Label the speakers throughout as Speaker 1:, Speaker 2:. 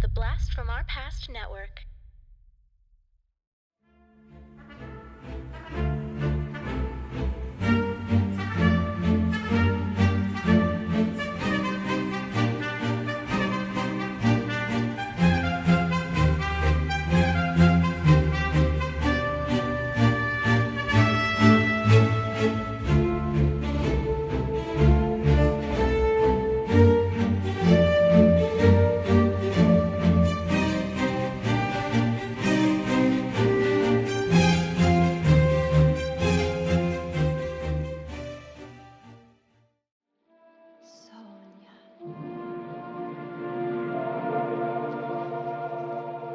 Speaker 1: The Blast from Our Past Network.
Speaker 2: Sonia.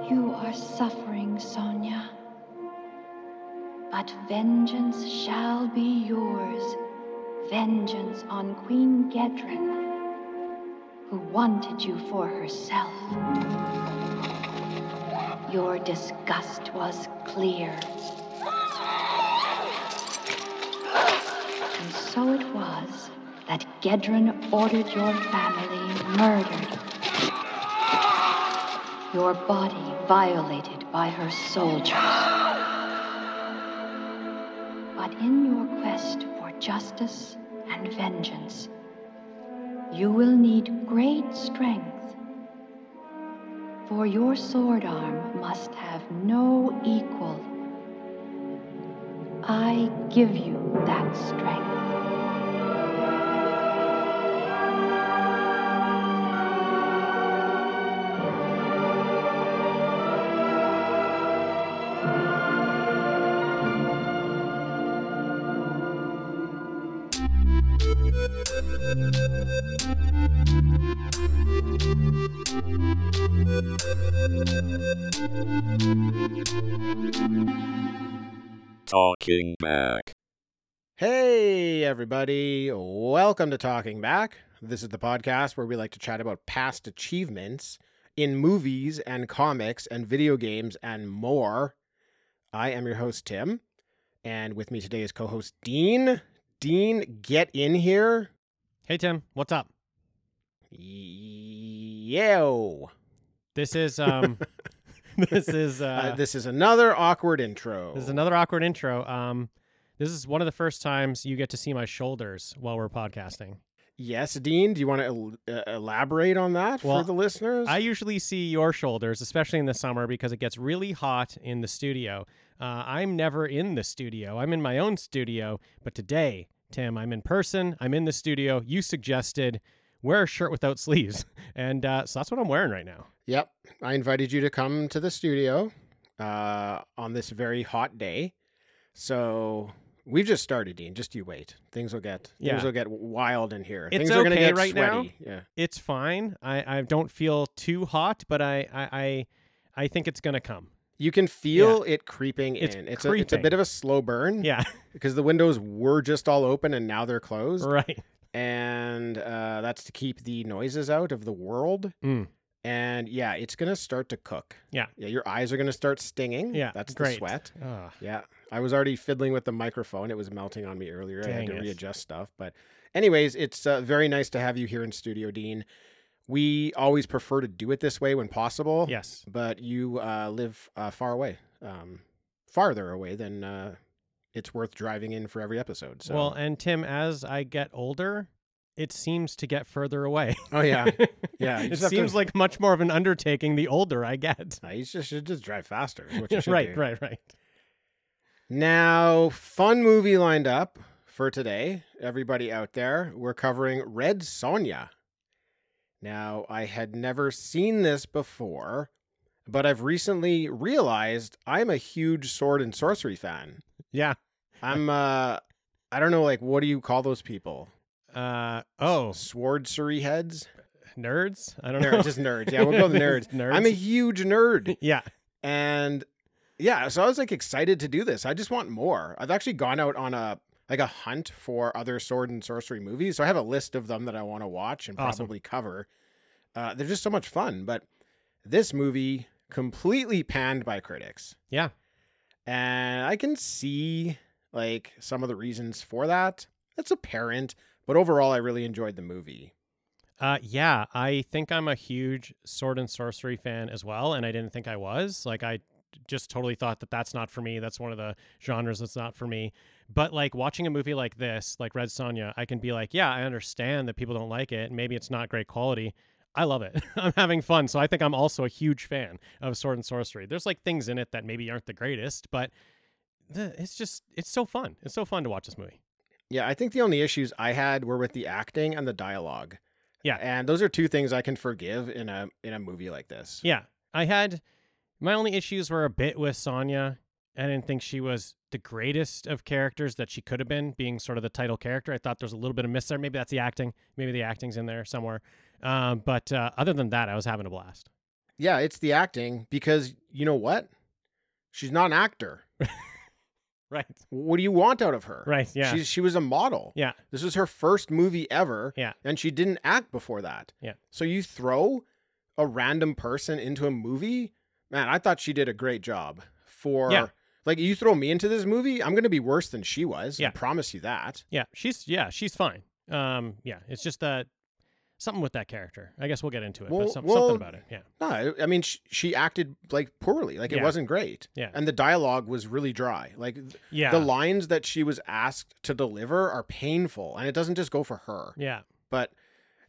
Speaker 2: You are suffering, Sonia. But vengeance shall be yours. Vengeance on Queen Gedrin, who wanted you for herself. Your disgust was clear. And so it was that Gedrin ordered your family murdered. Your body violated by her soldiers. But in your quest for justice and vengeance, you will need great strength. For your sword arm must have no equal. I give you that strength.
Speaker 3: Talking back.
Speaker 4: Hey, everybody. Welcome to Talking Back. This is the podcast where we like to chat about past achievements in movies and comics and video games and more. I am your host, Tim. And with me today is co host Dean. Dean, get in here.
Speaker 5: Hey Tim, what's up?
Speaker 4: Yo.
Speaker 5: This is um this is uh,
Speaker 4: Uh, this is another awkward intro.
Speaker 5: this is another awkward intro. Um this is one of the first times you get to see my shoulders while we're podcasting.
Speaker 4: Yes, Dean, do you want to el- uh, elaborate on that
Speaker 5: Well,
Speaker 4: for the listeners?
Speaker 5: I usually see your shoulders, especially in the summer because it gets really hot in the studio. Uh, I'm never in the studio. I'm in my own studio, but today, Tim, I'm in person. I'm in the studio. You suggested wear a shirt without sleeves, and uh, so that's what I'm wearing right now.
Speaker 4: Yep. I invited you to come to the studio uh, on this very hot day. So we've just started, Dean. Just you wait. Things will get
Speaker 5: Yeah.
Speaker 4: things will get wild in here.
Speaker 5: It's
Speaker 4: things are gonna
Speaker 5: okay
Speaker 4: get
Speaker 5: right now.
Speaker 4: sweaty. Yeah.
Speaker 5: It's fine. I, I don't feel too hot, but I I I, I think it's gonna come.
Speaker 4: You can feel it creeping
Speaker 5: It's
Speaker 4: in. It's A, it's a bit
Speaker 5: creeping.
Speaker 4: of a slow burn.
Speaker 5: Yeah.
Speaker 4: Because the windows were just all open and now they're closed.
Speaker 5: Right.
Speaker 4: And uh, that's to keep the noises out of the world.
Speaker 5: Mm.
Speaker 4: And yeah, it's gonna start to cook.
Speaker 5: Yeah.
Speaker 4: Yeah. Your eyes are gonna start stinging.
Speaker 5: Yeah.
Speaker 4: That's the
Speaker 5: great.
Speaker 4: sweat.
Speaker 5: Ah,
Speaker 4: Yeah. I was already fiddling with the microphone. It was melting on me earlier. I had
Speaker 5: Dang
Speaker 4: to
Speaker 5: it.
Speaker 4: readjust stuff. But, anyways, it's uh, very nice to have you here in studio, Dean. We always prefer to do it this way when possible.
Speaker 5: yes.
Speaker 4: But you uh, live uh, far away, um, farther away than uh, it's worth driving in for every episode. So.
Speaker 5: Well, and Tim, as I get older, it seems to get further away.
Speaker 4: oh, yeah. Yeah, you
Speaker 5: it
Speaker 4: just have to-
Speaker 5: seems like much more of an undertaking the older I get.
Speaker 4: Uh, you just, should just drive faster. is what you should
Speaker 5: right,
Speaker 4: do.
Speaker 5: right, right.
Speaker 4: Now, fun movie lined up for today. Everybody out there, we're covering Red Sonja. Now, I had never seen this before, but I've recently realized I'm a huge sword and sorcery fan.
Speaker 5: Yeah.
Speaker 4: I'm uh I don't know like what do you call those people?
Speaker 5: Uh oh,
Speaker 4: Swordsery heads?
Speaker 5: nerds. I don't know.
Speaker 4: Nerds, just nerds. Yeah, we'll go with nerds.
Speaker 5: nerds.
Speaker 4: I'm a huge nerd.
Speaker 5: yeah.
Speaker 4: and yeah so i was like excited to do this i just want more i've actually gone out on a like a hunt for other sword and sorcery movies so i have a list of them that i want to watch and
Speaker 5: Awesome.
Speaker 4: probably cover uh, they're just so much fun but this movie completely panned by critics
Speaker 5: Yeah.
Speaker 4: and i can see like some of the reasons for that that's apparent but overall i really enjoyed the movie
Speaker 5: Uh, yeah, I think I'm a huge sword and sorcery fan as well, and I didn't think I was. Like, I just totally thought that that's not for me. That's one of the genres that's not for me. But like watching a movie like this, like Red Sonja, I can be like, yeah, I understand that people don't like it. and Maybe it's not great quality. I love it. I'm having fun, so I think I'm also a huge fan of sword and sorcery. There's like things in it that maybe aren't the greatest, but the, it's just it's so fun. It's so fun to watch this movie.
Speaker 4: Yeah, I think the only issues I had were with the acting and the dialogue.
Speaker 5: Yeah.
Speaker 4: And those are two things I can forgive in a in a movie like this.
Speaker 5: Yeah, I had my only issues were a bit with Sonya. I didn't think she was the greatest of characters that she could have been, being sort of the title character. I thought there was a little bit of miss there. Maybe that's the acting. Maybe the acting's in there somewhere. Um, but uh, other than that, I was having a blast.
Speaker 4: Yeah, it's the acting because you know what? She's not an actor.
Speaker 5: Right.
Speaker 4: What do you want out of her?
Speaker 5: Right. Yeah.
Speaker 4: She she was a model.
Speaker 5: yeah.
Speaker 4: This was her first movie ever.
Speaker 5: Yeah.
Speaker 4: And she didn't act before that.
Speaker 5: Yeah.
Speaker 4: So you throw a random person into a movie? Man, I thought she did a great job for
Speaker 5: Yeah.
Speaker 4: like you throw me into this movie, I'm gonna be worse than she was.
Speaker 5: Yeah.
Speaker 4: I promise you that.
Speaker 5: Yeah. She's yeah. She's fine. Um. Yeah. It's just that something with that character. I guess we'll get into it.
Speaker 4: Well-
Speaker 5: but some,
Speaker 4: well-
Speaker 5: something about it. Yeah.
Speaker 4: No, I- I mean she, she acted like poorly. Like it
Speaker 5: Yeah.
Speaker 4: wasn't great.
Speaker 5: Yeah.
Speaker 4: And the dialogue was really dry. Like th-
Speaker 5: Yeah.
Speaker 4: the lines that she was asked to deliver are painful, and it doesn't just go for her.
Speaker 5: yeah.
Speaker 4: But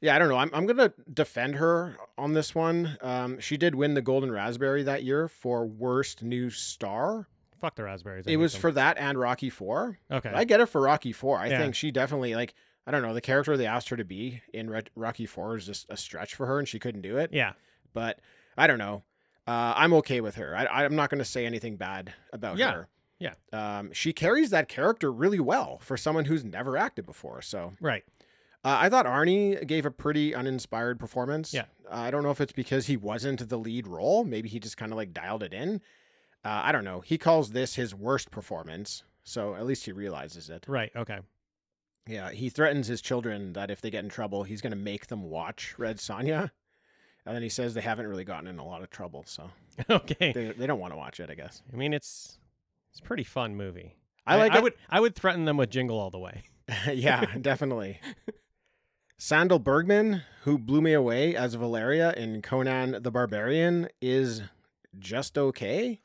Speaker 4: yeah, I don't know. I'm I'm gonna defend her on this one. Um, she did win the Golden Raspberry that year for worst new star.
Speaker 5: Fuck the raspberries. I
Speaker 4: it
Speaker 5: hate
Speaker 4: was
Speaker 5: them.
Speaker 4: for that and Rocky Four.
Speaker 5: okay.
Speaker 4: I get it for Rocky Four. I
Speaker 5: Yeah.
Speaker 4: think she definitely like. I don't know. The character they asked her to be in Red- Rocky Four is just a stretch for her, and she couldn't do it
Speaker 5: yeah.
Speaker 4: but I don't know. Uh, I'm okay with her. I, I'm not going to say anything bad about
Speaker 5: Yeah,
Speaker 4: her.
Speaker 5: yeah.
Speaker 4: Um, she carries that character really well for someone who's never acted before. So
Speaker 5: Right.
Speaker 4: uh, I thought Arnie gave a pretty uninspired performance. Uh,
Speaker 5: Yeah.
Speaker 4: I don't know if it's because he wasn't the lead role. Maybe he just kind of like dialed it in. Uh, I don't know. He calls this his worst performance. So at least he realizes it.
Speaker 5: Right. Okay.
Speaker 4: Yeah, he threatens his children that if they get in trouble, he's going to make them watch Red Sonja. And then he says they haven't really gotten in a lot of trouble, so
Speaker 5: okay.
Speaker 4: they, they don't want to watch it, I guess.
Speaker 5: I mean, it's it's a pretty fun movie.
Speaker 4: I like
Speaker 5: I
Speaker 4: it.
Speaker 5: would I would threaten them with Jingle All the Way.
Speaker 4: yeah, definitely. Sandal Bergman, who blew me away as Valeria in Conan the Barbarian, is just okay.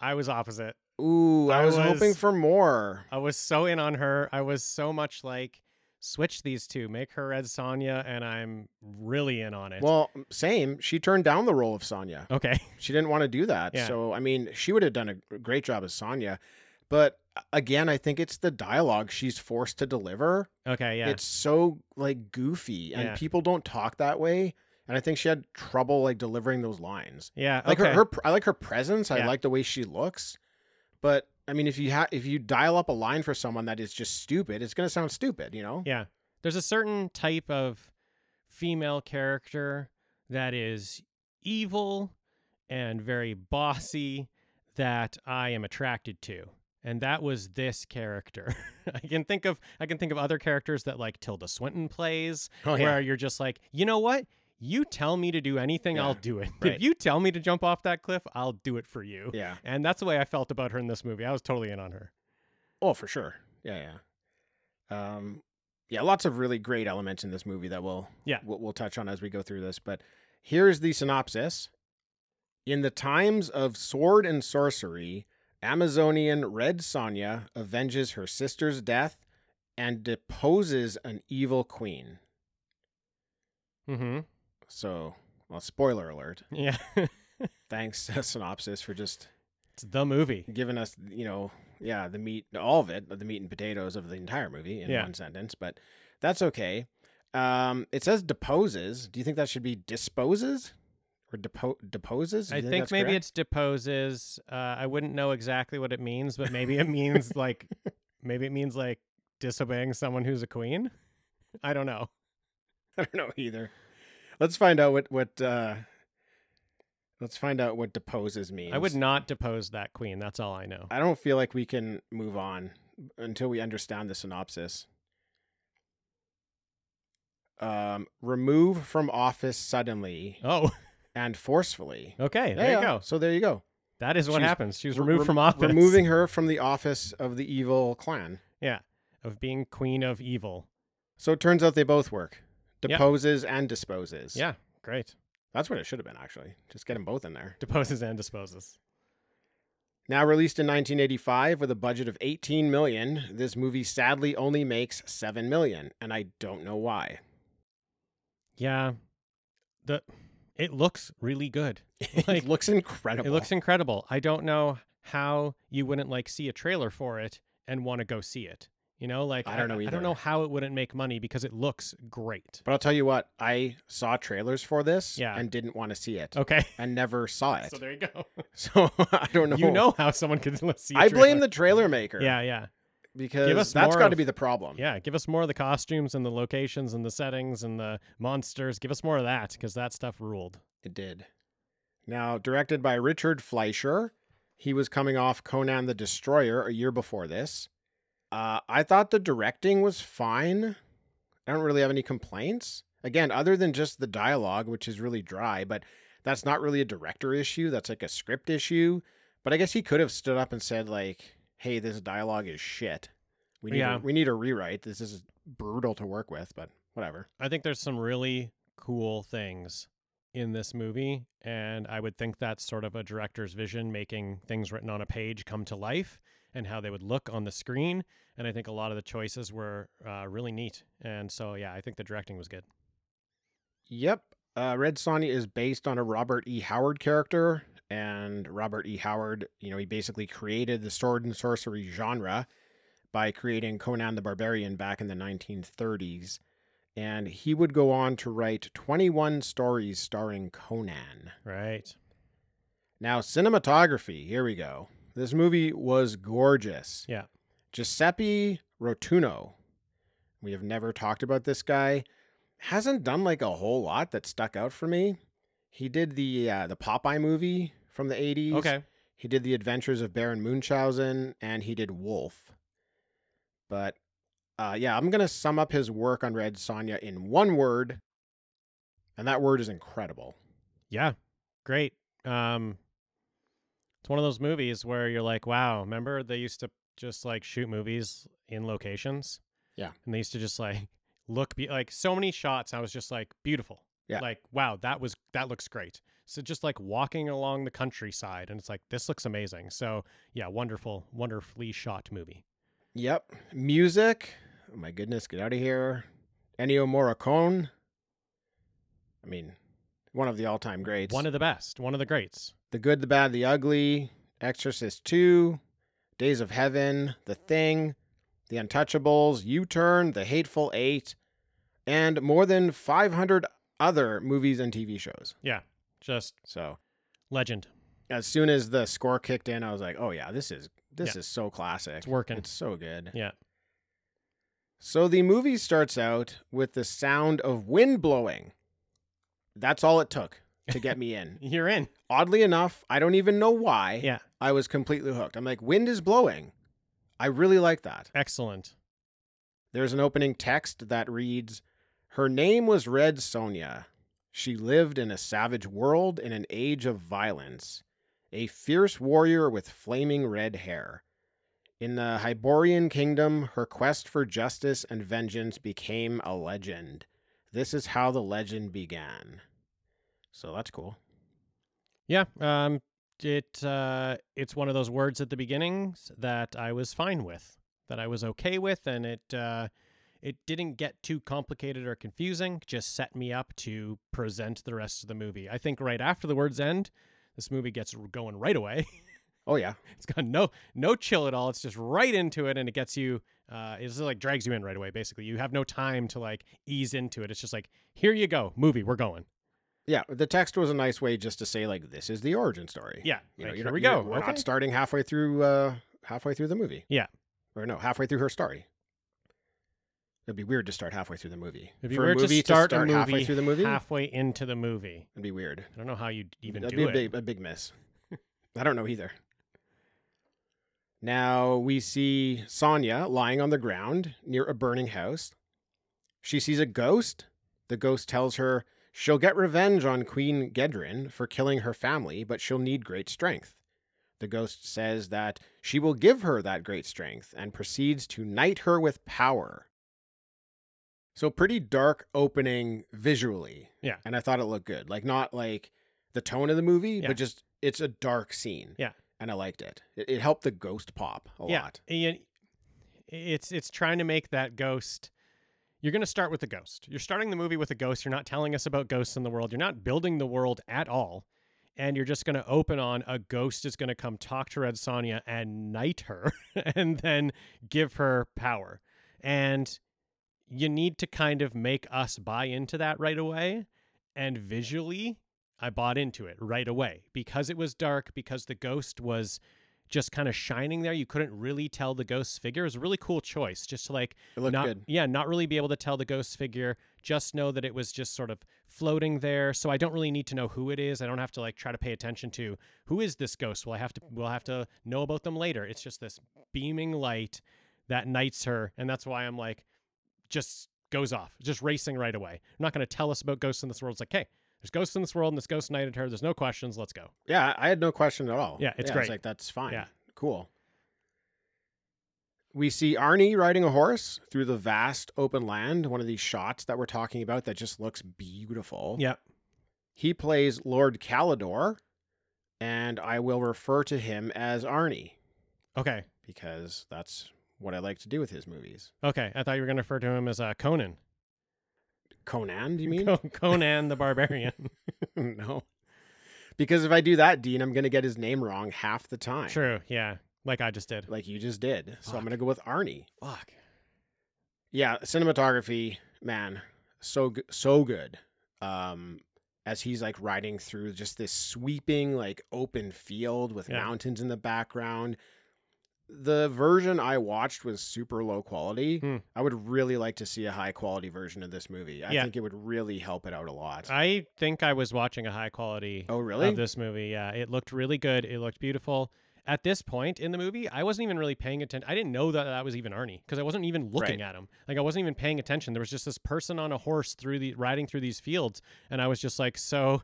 Speaker 5: I was opposite.
Speaker 4: Ooh, I,
Speaker 5: I
Speaker 4: was, hoping
Speaker 5: was-
Speaker 4: for more.
Speaker 5: I was so in on her. I was so much like switch these two, make her Red Sonya, and I'm really in on it.
Speaker 4: Well, same. She turned down the role of Sonya.
Speaker 5: okay,
Speaker 4: She didn't want to do that.
Speaker 5: Yeah.
Speaker 4: So I mean, she would have done a great job as Sonya, but again, I think it's the dialogue she's forced to deliver.
Speaker 5: okay, yeah,
Speaker 4: It's so like goofy, and
Speaker 5: Yeah.
Speaker 4: people don't talk that way. And I think she had trouble like delivering those lines.
Speaker 5: yeah,
Speaker 4: Like
Speaker 5: okay.
Speaker 4: her, her, pr- I like her presence. I
Speaker 5: Yeah.
Speaker 4: like the way she looks, but I mean, if you ha- if you dial up a line for someone that is just stupid, it's gonna sound stupid, you know?
Speaker 5: yeah. There's a certain type of female character that is evil and very bossy that I am attracted to. And that was this character. I can think of I can think of other characters that like Tilda Swinton plays
Speaker 4: Oh
Speaker 5: where you're just like, you know what? You tell me to do anything, I'll
Speaker 4: Yeah,
Speaker 5: do it.
Speaker 4: right.
Speaker 5: If you tell me to jump off that cliff, I'll do it for you.
Speaker 4: yeah.
Speaker 5: And that's the way I felt about her in this movie. I was totally in on her.
Speaker 4: Oh, for sure. Yeah, yeah. Um, yeah, lots of really great elements in this movie that we'll
Speaker 5: Yeah.
Speaker 4: we'll, we'll touch on as we go through this. But here's the synopsis: In the times of sword and sorcery, Amazonian Red Sonja avenges her sister's death and deposes an evil queen.
Speaker 5: Mm-hmm.
Speaker 4: So, well, spoiler alert.
Speaker 5: Yeah.
Speaker 4: Thanks, synopsis, for just
Speaker 5: it's the movie.
Speaker 4: given us, you know, yeah, the meat, all of it, the meat and potatoes of the entire movie in
Speaker 5: Yeah.
Speaker 4: one sentence, but that's okay. Um, it says deposes. Do you think that should be disposes or depo- deposes? Do
Speaker 5: I
Speaker 4: you
Speaker 5: think,
Speaker 4: that's
Speaker 5: maybe
Speaker 4: correct?
Speaker 5: it's deposes. Uh, I wouldn't know exactly what it means, but maybe it means like maybe it means like disobeying someone who's a queen. I don't know.
Speaker 4: I don't know either. Let's find out what what. uh Let's find out what deposes means.
Speaker 5: I would not depose that queen. That's all I know.
Speaker 4: I don't feel like we can move on until we understand the synopsis. Um, remove from office suddenly
Speaker 5: oh,
Speaker 4: and forcefully.
Speaker 5: okay. There
Speaker 4: Yeah,
Speaker 5: you go.
Speaker 4: So there you go.
Speaker 5: That is what
Speaker 4: She's
Speaker 5: happens. She was
Speaker 4: Re-
Speaker 5: removed
Speaker 4: rem-
Speaker 5: from office.
Speaker 4: Removing her from the office of the evil clan.
Speaker 5: Yeah, of being queen of evil.
Speaker 4: So it turns out they both work. deposes and disposes.
Speaker 5: Yeah, great.
Speaker 4: That's what it should have been, actually. Just get them both in there.
Speaker 5: Deposes and disposes.
Speaker 4: Now released in 1985 with a budget of 18 million, this movie sadly only makes 7 million, and I don't know why.
Speaker 5: Yeah, the it looks really good.
Speaker 4: it
Speaker 5: Like,
Speaker 4: looks incredible.
Speaker 5: It looks incredible. I don't know how you wouldn't like see a trailer for it and want to go see it. You know, like
Speaker 4: I don't know
Speaker 5: I don't
Speaker 4: either.
Speaker 5: know how it wouldn't make money because it looks great.
Speaker 4: but I'll tell you what, I saw trailers for this
Speaker 5: Yeah.
Speaker 4: and didn't want to see it
Speaker 5: Okay,
Speaker 4: and never saw it.
Speaker 5: so
Speaker 4: So,
Speaker 5: there you go.
Speaker 4: I don't know.
Speaker 5: You know how someone can see. I
Speaker 4: I blame the trailer maker.
Speaker 5: Yeah, yeah,
Speaker 4: Because
Speaker 5: us
Speaker 4: that's
Speaker 5: more
Speaker 4: got to
Speaker 5: of-
Speaker 4: be the problem.
Speaker 5: yeah. Give us more of the costumes and the locations and the settings and the monsters. Give us more of that because that stuff ruled.
Speaker 4: It did. Now, directed by Richard Fleischer, he was coming off Conan the Destroyer a year before this. Uh, I thought the directing was fine. I don't really have any complaints. Again, other than just the dialogue, which is really dry, but that's not really a director issue. That's like a script issue. But I guess he could have stood up and said, like, hey, this dialogue is shit. We need,
Speaker 5: Yeah.
Speaker 4: a, we need a rewrite. This is brutal to work with, but whatever.
Speaker 5: I think there's some really cool things in this movie, and I would think that's sort of a director's vision making things written on a page come to life and how they would look on the screen. And I think a lot of the choices were uh, really neat. And so, yeah, I think the directing was good.
Speaker 4: Yep. Uh, Red Sonny is based on a Robert E. Howard character, and Robert E. Howard, you know, he basically created the sword and sorcery genre by creating Conan the Barbarian back in the 1930s. And he would go on to write 21 stories starring Conan.
Speaker 5: Right.
Speaker 4: Now, cinematography, here we go. This movie was gorgeous.
Speaker 5: Yeah.
Speaker 4: Giuseppe Rotuno. We have never talked about this guy. Hasn't done like a whole lot that stuck out for me. He did the uh, the Popeye movie from the 80s.
Speaker 5: Okay.
Speaker 4: He did The Adventures of Baron Munchausen and he did Wolf. But uh, yeah, I'm going to sum up his work on Red Sonja in one word. And that word is incredible.
Speaker 5: Yeah. Great. Um, it's one of those movies where you're like, wow, remember they used to just like shoot movies in locations?
Speaker 4: Yeah.
Speaker 5: And they used to just like look be- like so many shots. I was just like, beautiful.
Speaker 4: Yeah.
Speaker 5: Like, wow, that was, that looks great. So just like walking along the countryside and it's like, this looks amazing. So yeah, wonderful, wonderfully shot movie.
Speaker 4: Yep. Music. Oh my goodness, get out of here. Ennio Morricone. I mean, one of the all time greats.
Speaker 5: one of the best, one of the greats.
Speaker 4: The Good, the Bad, the Ugly, Exorcist 2, Days of Heaven, The Thing, The Untouchables, U Turn, The Hateful Eight, and more than 500 other movies and TV shows.
Speaker 5: Yeah. Just
Speaker 4: So
Speaker 5: legend.
Speaker 4: as soon as the score kicked in, I was like, oh yeah, this is. This
Speaker 5: Yeah.
Speaker 4: is so classic.
Speaker 5: It's working.
Speaker 4: It's so good.
Speaker 5: Yeah.
Speaker 4: So the movie starts out with the sound of wind blowing. That's all it took to get me in.
Speaker 5: You're in.
Speaker 4: Oddly enough, I don't even know why.
Speaker 5: Yeah.
Speaker 4: I was completely hooked. I'm like, wind is blowing. I really like that.
Speaker 5: Excellent.
Speaker 4: There's an opening text that reads Her name was Red Sonia. She lived in a savage world in an age of violence, a fierce warrior with flaming red hair. In the Hyborian kingdom, her quest for justice and vengeance became a legend. This is how the legend began. So that's cool.
Speaker 5: Yeah, um, it uh, it's one of those words at the beginnings that I was fine with, that I was okay with, and it uh, it didn't get too complicated or confusing. Just set me up to present the rest of the movie. I think right after the words end, this movie gets r- going right away.
Speaker 4: Oh, yeah.
Speaker 5: it's got no no chill at all. It's just right into it, and it gets you. Uh, it's just like drags you in right away. Basically, you have no time to like ease into it. It's just like here you go, movie, we're going.
Speaker 4: Yeah, the text was a nice way just to say like this is the origin story. Eh,
Speaker 5: Yeah,
Speaker 4: you you're
Speaker 5: like, here
Speaker 4: not-
Speaker 5: we
Speaker 4: you're-
Speaker 5: go.
Speaker 4: We're
Speaker 5: Okay.
Speaker 4: not starting halfway through uh halfway through the movie.
Speaker 5: Yeah.
Speaker 4: Or no, halfway through her story. It'd be weird to start halfway through the movie.
Speaker 5: It'd be
Speaker 4: For
Speaker 5: weird
Speaker 4: a movie
Speaker 5: to start, a movie
Speaker 4: halfway through the movie.
Speaker 5: halfway into the movie.
Speaker 4: It'd be weird.
Speaker 5: I don't know how you'd even
Speaker 4: That'd
Speaker 5: do
Speaker 4: be
Speaker 5: it.
Speaker 4: a big, a big miss. I don't know either. Now we see Sonia lying on the ground near a burning house. She sees a ghost. The ghost tells her she'll get revenge on Queen Gedrin for killing her family, but she'll need great strength. The ghost says that she will give her that great strength and proceeds to knight her with power. So pretty dark opening visually.
Speaker 5: Yeah.
Speaker 4: And I thought it looked good. Like not like the tone of the movie,
Speaker 5: Yeah.
Speaker 4: but just it's a dark scene.
Speaker 5: Yeah.
Speaker 4: And I liked it. It, it helped the ghost pop a
Speaker 5: yeah,
Speaker 4: lot.
Speaker 5: and it's it's trying to make that ghost. You're going to start with the ghost. You're starting the movie with a ghost. You're not telling us about ghosts in the world. You're not building the world at all. And you're just going to open on a ghost is going to come talk to Red Sonia and knight her and then give her power. And you need to kind of make us buy into that right away. And visually, I bought into it right away because it was dark, because the ghost was just kind of shining there. You couldn't really tell the ghost's figure. It was a really cool choice just to like
Speaker 4: It looked
Speaker 5: not,
Speaker 4: good.
Speaker 5: Yeah, not really be able to tell the ghost figure. Just know that it was just sort of floating there. So I don't really need to know who it is. I don't have to like try to pay attention to who is this ghost. Well, I have to. We'll have to know about them later. It's just this beaming light that knights her, and that's why I'm like, just goes off, just racing right away. I'm not going to tell us about ghosts in this world. It's like, hey, there's ghosts in this world, and this ghost knighted her. There's no questions. Let's go.
Speaker 4: Yeah, I had no question at all.
Speaker 5: Yeah, it's
Speaker 4: I was
Speaker 5: great.
Speaker 4: like that's fine.
Speaker 5: Yeah.
Speaker 4: Cool. We see Arnie riding a horse through the vast open land, one of these shots that we're talking about that just looks beautiful.
Speaker 5: Yeah,
Speaker 4: He plays Lord Calidor, and I will refer to him as Arnie
Speaker 5: Okay.
Speaker 4: because that's what I like to do with his movies.
Speaker 5: Okay. I thought you were going to refer to him as uh, Conan.
Speaker 4: Conan, do you mean?
Speaker 5: Co- Conan the Barbarian.
Speaker 4: no. Because if I do that, Dean, I'm going to get his name wrong half the time.
Speaker 5: True. Yeah. Like I just did.
Speaker 4: Like you just did. So I'm
Speaker 5: Fuck.
Speaker 4: going to go with Arnie.
Speaker 5: Fuck.
Speaker 4: yeah cinematography man so g- so good um as he's like riding through just this sweeping like open field with
Speaker 5: Yeah.
Speaker 4: mountains in the background the version i watched was super low quality
Speaker 5: Hmm.
Speaker 4: i would really like to see a high quality version of this movie i
Speaker 5: Yeah.
Speaker 4: think it would really help it out a lot
Speaker 5: I think I was watching a high quality
Speaker 4: oh really
Speaker 5: of this movie. Yeah. It looked really good. It looked beautiful. At this point in the movie, I wasn't even really paying attention. I didn't know that that was even Arnie because I wasn't even looking at him. Like I wasn't even paying attention. There was just this person on a horse through the riding through these fields, and I was just like so,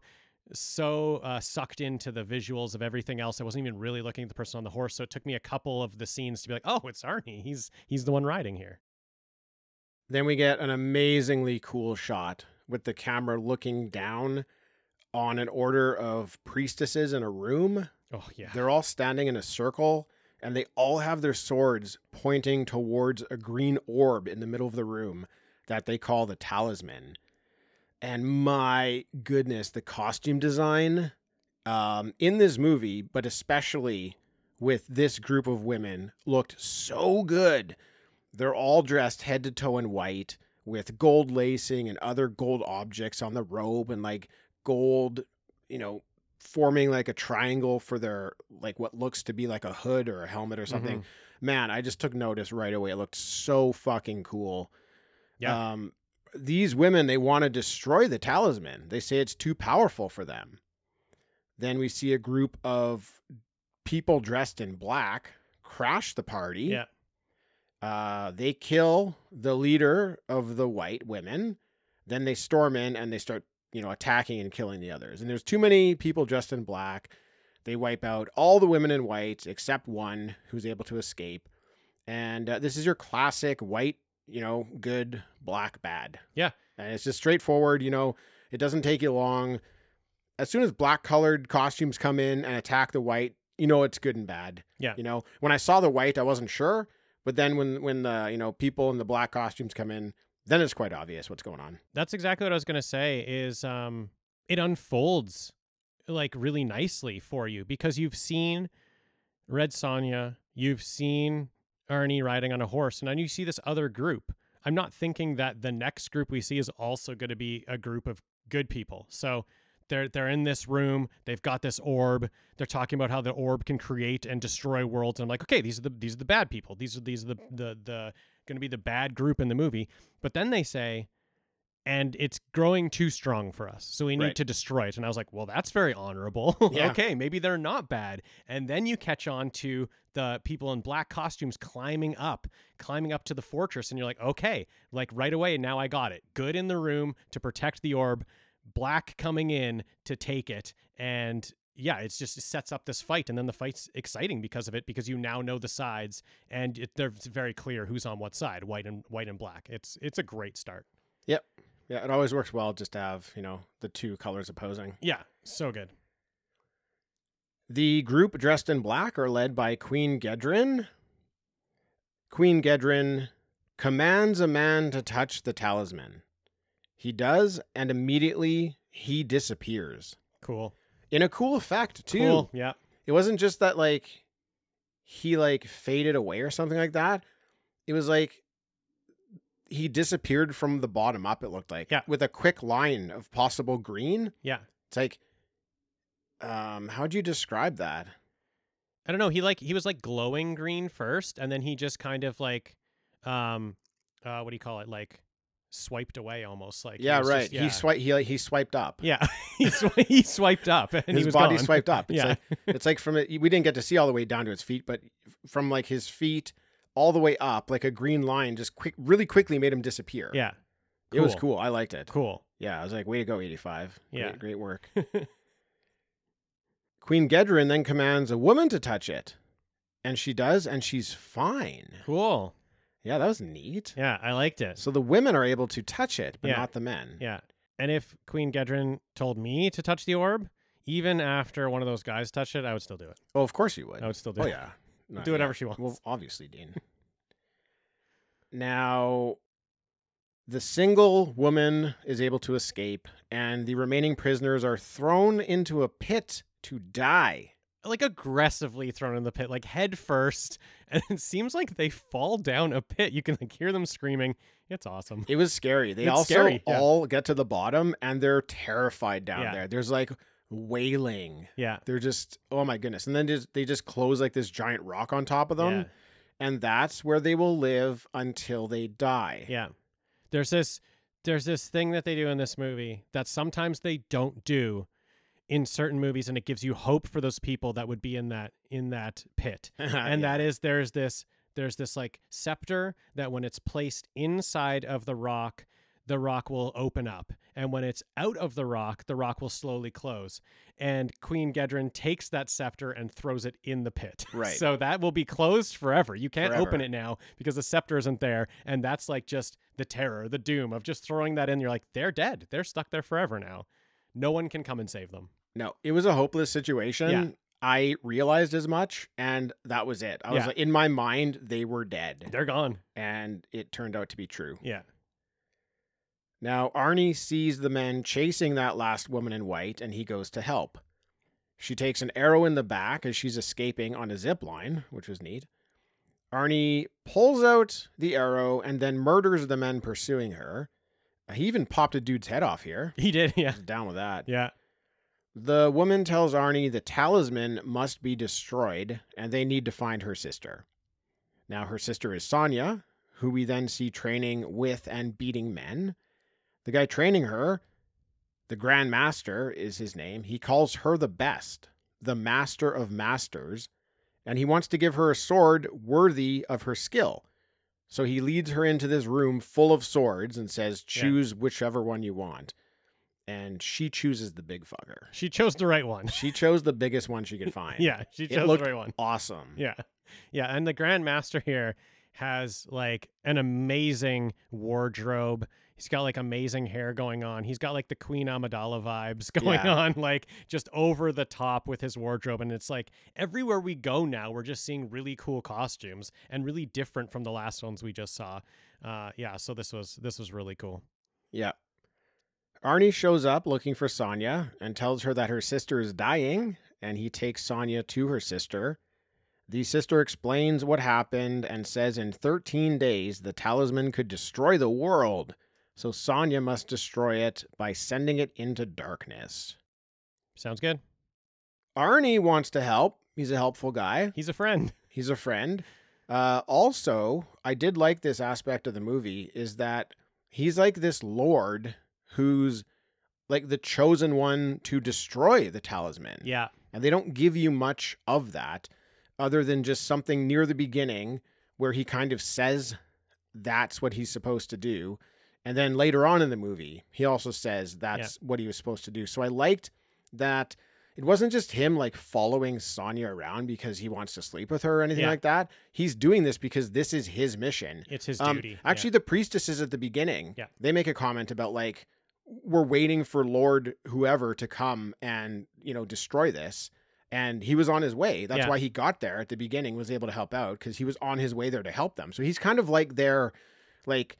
Speaker 5: so uh, sucked into the visuals of everything else. I wasn't even really looking at the person on the horse. So it took me a couple of the scenes to be like, oh, it's Arnie. He's he's the one riding here.
Speaker 4: Then we get an amazingly cool shot with the camera looking down on an order of priestesses in a room.
Speaker 5: Oh yeah,
Speaker 4: They're all standing in a circle and they all have their swords pointing towards a green orb in the middle of the room that they call the talisman. And my goodness, the costume design um, in this movie, but especially with this group of women, looked so good. They're all dressed head to toe in white with gold lacing and other gold objects on the robe and like gold, you know, forming like a triangle for their like what looks to be like a hood or a helmet or something.
Speaker 5: Mm-hmm.
Speaker 4: Man, I just took notice right away. It looked so fucking cool.
Speaker 5: Yeah.
Speaker 4: Um, these women, they want to destroy the talisman. They say it's too powerful for them. Then we see a group of people dressed in black crash the party.
Speaker 5: yeah.
Speaker 4: Uh, they kill the leader of the white women. Then they storm in and they start, you know, attacking and killing the others. And there's too many people dressed in black. They wipe out all the women in white except one who's able to escape. And uh, this is your classic white, you know, good, black, bad.
Speaker 5: Yeah.
Speaker 4: And it's just straightforward, you know, it doesn't take you long. As soon as black colored costumes come in and attack the white, you know it's good and bad.
Speaker 5: Yeah.
Speaker 4: You know, when I saw the white, I wasn't sure. But then when when the you know people in the black costumes come in, then it's quite obvious what's going on.
Speaker 5: That's exactly what I was gonna say. Is um, it unfolds like really nicely for you because you've seen Red Sonja, you've seen Ernie riding on a horse, and then you see this other group. I'm not thinking that the next group we see is also going to be a group of good people. So they're they're in this room. They've got this orb. They're talking about how the orb can create and destroy worlds. And I'm like, okay, these are the these are the bad people. These are these are the the the going to be the bad group in the movie. But then they say, and it's growing too strong for us, so we need
Speaker 4: Right.
Speaker 5: to destroy it. And I was like, well, that's very honorable.
Speaker 4: Yeah.
Speaker 5: okay, maybe they're not bad. And then you catch on to the people in black costumes climbing up, climbing up to the fortress, and you're like, okay, like right away, now I got it. Good in the room to protect the orb, black coming in to take it. And yeah, it's just it sets up this fight. And then the fight's exciting because of it, because you now know the sides and it, they're it's very clear who's on what side, white and white and black. It's it's a great start.
Speaker 4: Yeah, it always works well just to have, you know, the two colors opposing.
Speaker 5: Yeah, so good.
Speaker 4: The group dressed in black are led by Queen Gedrin. Queen Gedrin commands a man to touch the talisman. He does, and immediately he disappears.
Speaker 5: Cool.
Speaker 4: In a cool effect, too.
Speaker 5: Cool. Yeah.
Speaker 4: It wasn't just that like he like faded away or something like that. It was like he disappeared from the bottom up, it looked like.
Speaker 5: Yeah.
Speaker 4: With a quick line of possible green.
Speaker 5: Yeah.
Speaker 4: It's like um how do you describe that?
Speaker 5: I don't know. He like he was like glowing green first, and then he just kind of like, um, uh, what do you call it? Like, swiped away almost. Like he
Speaker 4: yeah,
Speaker 5: was
Speaker 4: right.
Speaker 5: just-
Speaker 4: He swiped he like he swiped up.
Speaker 5: Yeah, he, swi- he swiped up and he
Speaker 4: his
Speaker 5: was
Speaker 4: body
Speaker 5: gone.
Speaker 4: swiped up. It's
Speaker 5: Yeah,
Speaker 4: like it's like from we didn't get to see all the way down to his feet, but from like his feet all the way up, like a green line just quick really quickly made him disappear.
Speaker 5: yeah,
Speaker 4: It was cool. I liked it.
Speaker 5: Cool.
Speaker 4: Yeah, I was like, way to go, 85.
Speaker 5: Yeah.
Speaker 4: Great, great work. Queen Gedrin then commands a woman to touch it. And she does, and she's fine.
Speaker 5: Cool.
Speaker 4: Yeah, that was neat.
Speaker 5: Yeah, I liked it.
Speaker 4: So the women are able to touch it, but
Speaker 5: Yeah.
Speaker 4: not the men.
Speaker 5: Yeah. And if Queen Gedrin told me to touch the orb, even after one of those guys touched it, I would still do it.
Speaker 4: Oh, of course you would.
Speaker 5: I would still do
Speaker 4: Oh,
Speaker 5: it.
Speaker 4: yeah. No,
Speaker 5: Do whatever she wants.
Speaker 4: Well, obviously, Dean. now, the single woman is able to escape, and the remaining prisoners are thrown into a pit to die.
Speaker 5: Like aggressively thrown in the pit, like head first. And it seems like they fall down a pit. You can like hear them screaming. It's awesome.
Speaker 4: It was scary. They
Speaker 5: It's
Speaker 4: also
Speaker 5: scary, yeah.
Speaker 4: all get to the bottom and they're terrified down
Speaker 5: Yeah.
Speaker 4: there. There's like wailing.
Speaker 5: Yeah.
Speaker 4: They're just oh my goodness. And then just, they just close like this giant rock on top of them,
Speaker 5: Yeah.
Speaker 4: and that's where they will live until they die.
Speaker 5: Yeah. There's this there's this thing that they do in this movie that sometimes they don't do in certain movies and it gives you hope for those people that would be in that in that pit. and that is there's this there's this like scepter that when it's placed inside of the rock the rock will open up and when it's out of the rock the rock will slowly close and queen gedrin takes that scepter and throws it in the pit
Speaker 4: Right.
Speaker 5: so that will be closed forever you can't open
Speaker 4: Forever.
Speaker 5: it now because the scepter isn't there and that's like just the terror the doom of just throwing that in you're like they're dead they're stuck there forever now no one can come and save them
Speaker 4: no, it was a hopeless situation.
Speaker 5: Yeah.
Speaker 4: I realized as much, and that was it. I was
Speaker 5: Yeah.
Speaker 4: like, in my mind, they were dead,
Speaker 5: they're gone
Speaker 4: and it turned out to be true.
Speaker 5: yeah
Speaker 4: Now, Arnie sees the men chasing that last woman in white and he goes to help. She takes an arrow in the back as she's escaping on a zip line, which was neat. Arnie pulls out the arrow and then murders the men pursuing her. He even popped a dude's head off here.
Speaker 5: he did yeah
Speaker 4: Down with that.
Speaker 5: yeah
Speaker 4: The woman tells Arnie the talisman must be destroyed and they need to find her sister. Now, her sister is Sonya, who we then see training with and beating men. The guy training her, the Grand Master is his name, he calls her the best, the Master of Masters, and he wants to give her a sword worthy of her skill. So he leads her into this room full of swords and says,
Speaker 5: Yeah.
Speaker 4: Choose whichever one you want. And she chooses the big fucker.
Speaker 5: she chose the right one
Speaker 4: She chose the biggest one she could find.
Speaker 5: Yeah, she
Speaker 4: It
Speaker 5: chose
Speaker 4: looked
Speaker 5: the right one.
Speaker 4: Awesome.
Speaker 5: Yeah. Yeah, and the Grand Master here has like an amazing wardrobe. He's got like amazing hair going on. He's got like the Queen Amidala vibes going
Speaker 4: Yeah.
Speaker 5: on, like just over the top with his wardrobe. And it's like everywhere we go now, we're just seeing really cool costumes and really different from the last ones we just saw. Uh, yeah, so this was this was really cool.
Speaker 4: Yeah. Arnie shows up looking for Sonya and tells her that her sister is dying, and he takes Sonya to her sister. The sister explains what happened and says in 13 days the talisman could destroy the world, so Sonya must destroy it by sending it into darkness.
Speaker 5: Sounds good.
Speaker 4: Arnie wants to help. He's a helpful guy.
Speaker 5: He's a friend.
Speaker 4: He's a friend. Uh, also, I did like this aspect of the movie is that he's like this lord who's like the chosen one to destroy the talisman.
Speaker 5: Yeah.
Speaker 4: And they don't give you much of that other than just something near the beginning where he kind of says that's what he's supposed to do. And then later on in the movie, he also says that's what he was supposed to do. So I liked that it wasn't just him like following Sonya around because he wants to sleep with her or anything
Speaker 5: Yeah.
Speaker 4: like that. He's doing this because this is his mission.
Speaker 5: It's his
Speaker 4: Um,
Speaker 5: duty. yeah.
Speaker 4: Actually, the priestesses at the beginning,
Speaker 5: Yeah.
Speaker 4: they make a comment about like we're waiting for Lord whoever to come and you know destroy this, and he was on his way. That's
Speaker 5: Yeah.
Speaker 4: why he got there at the beginning, was able to help out because he was on his way there to help them. So he's kind of like their, like,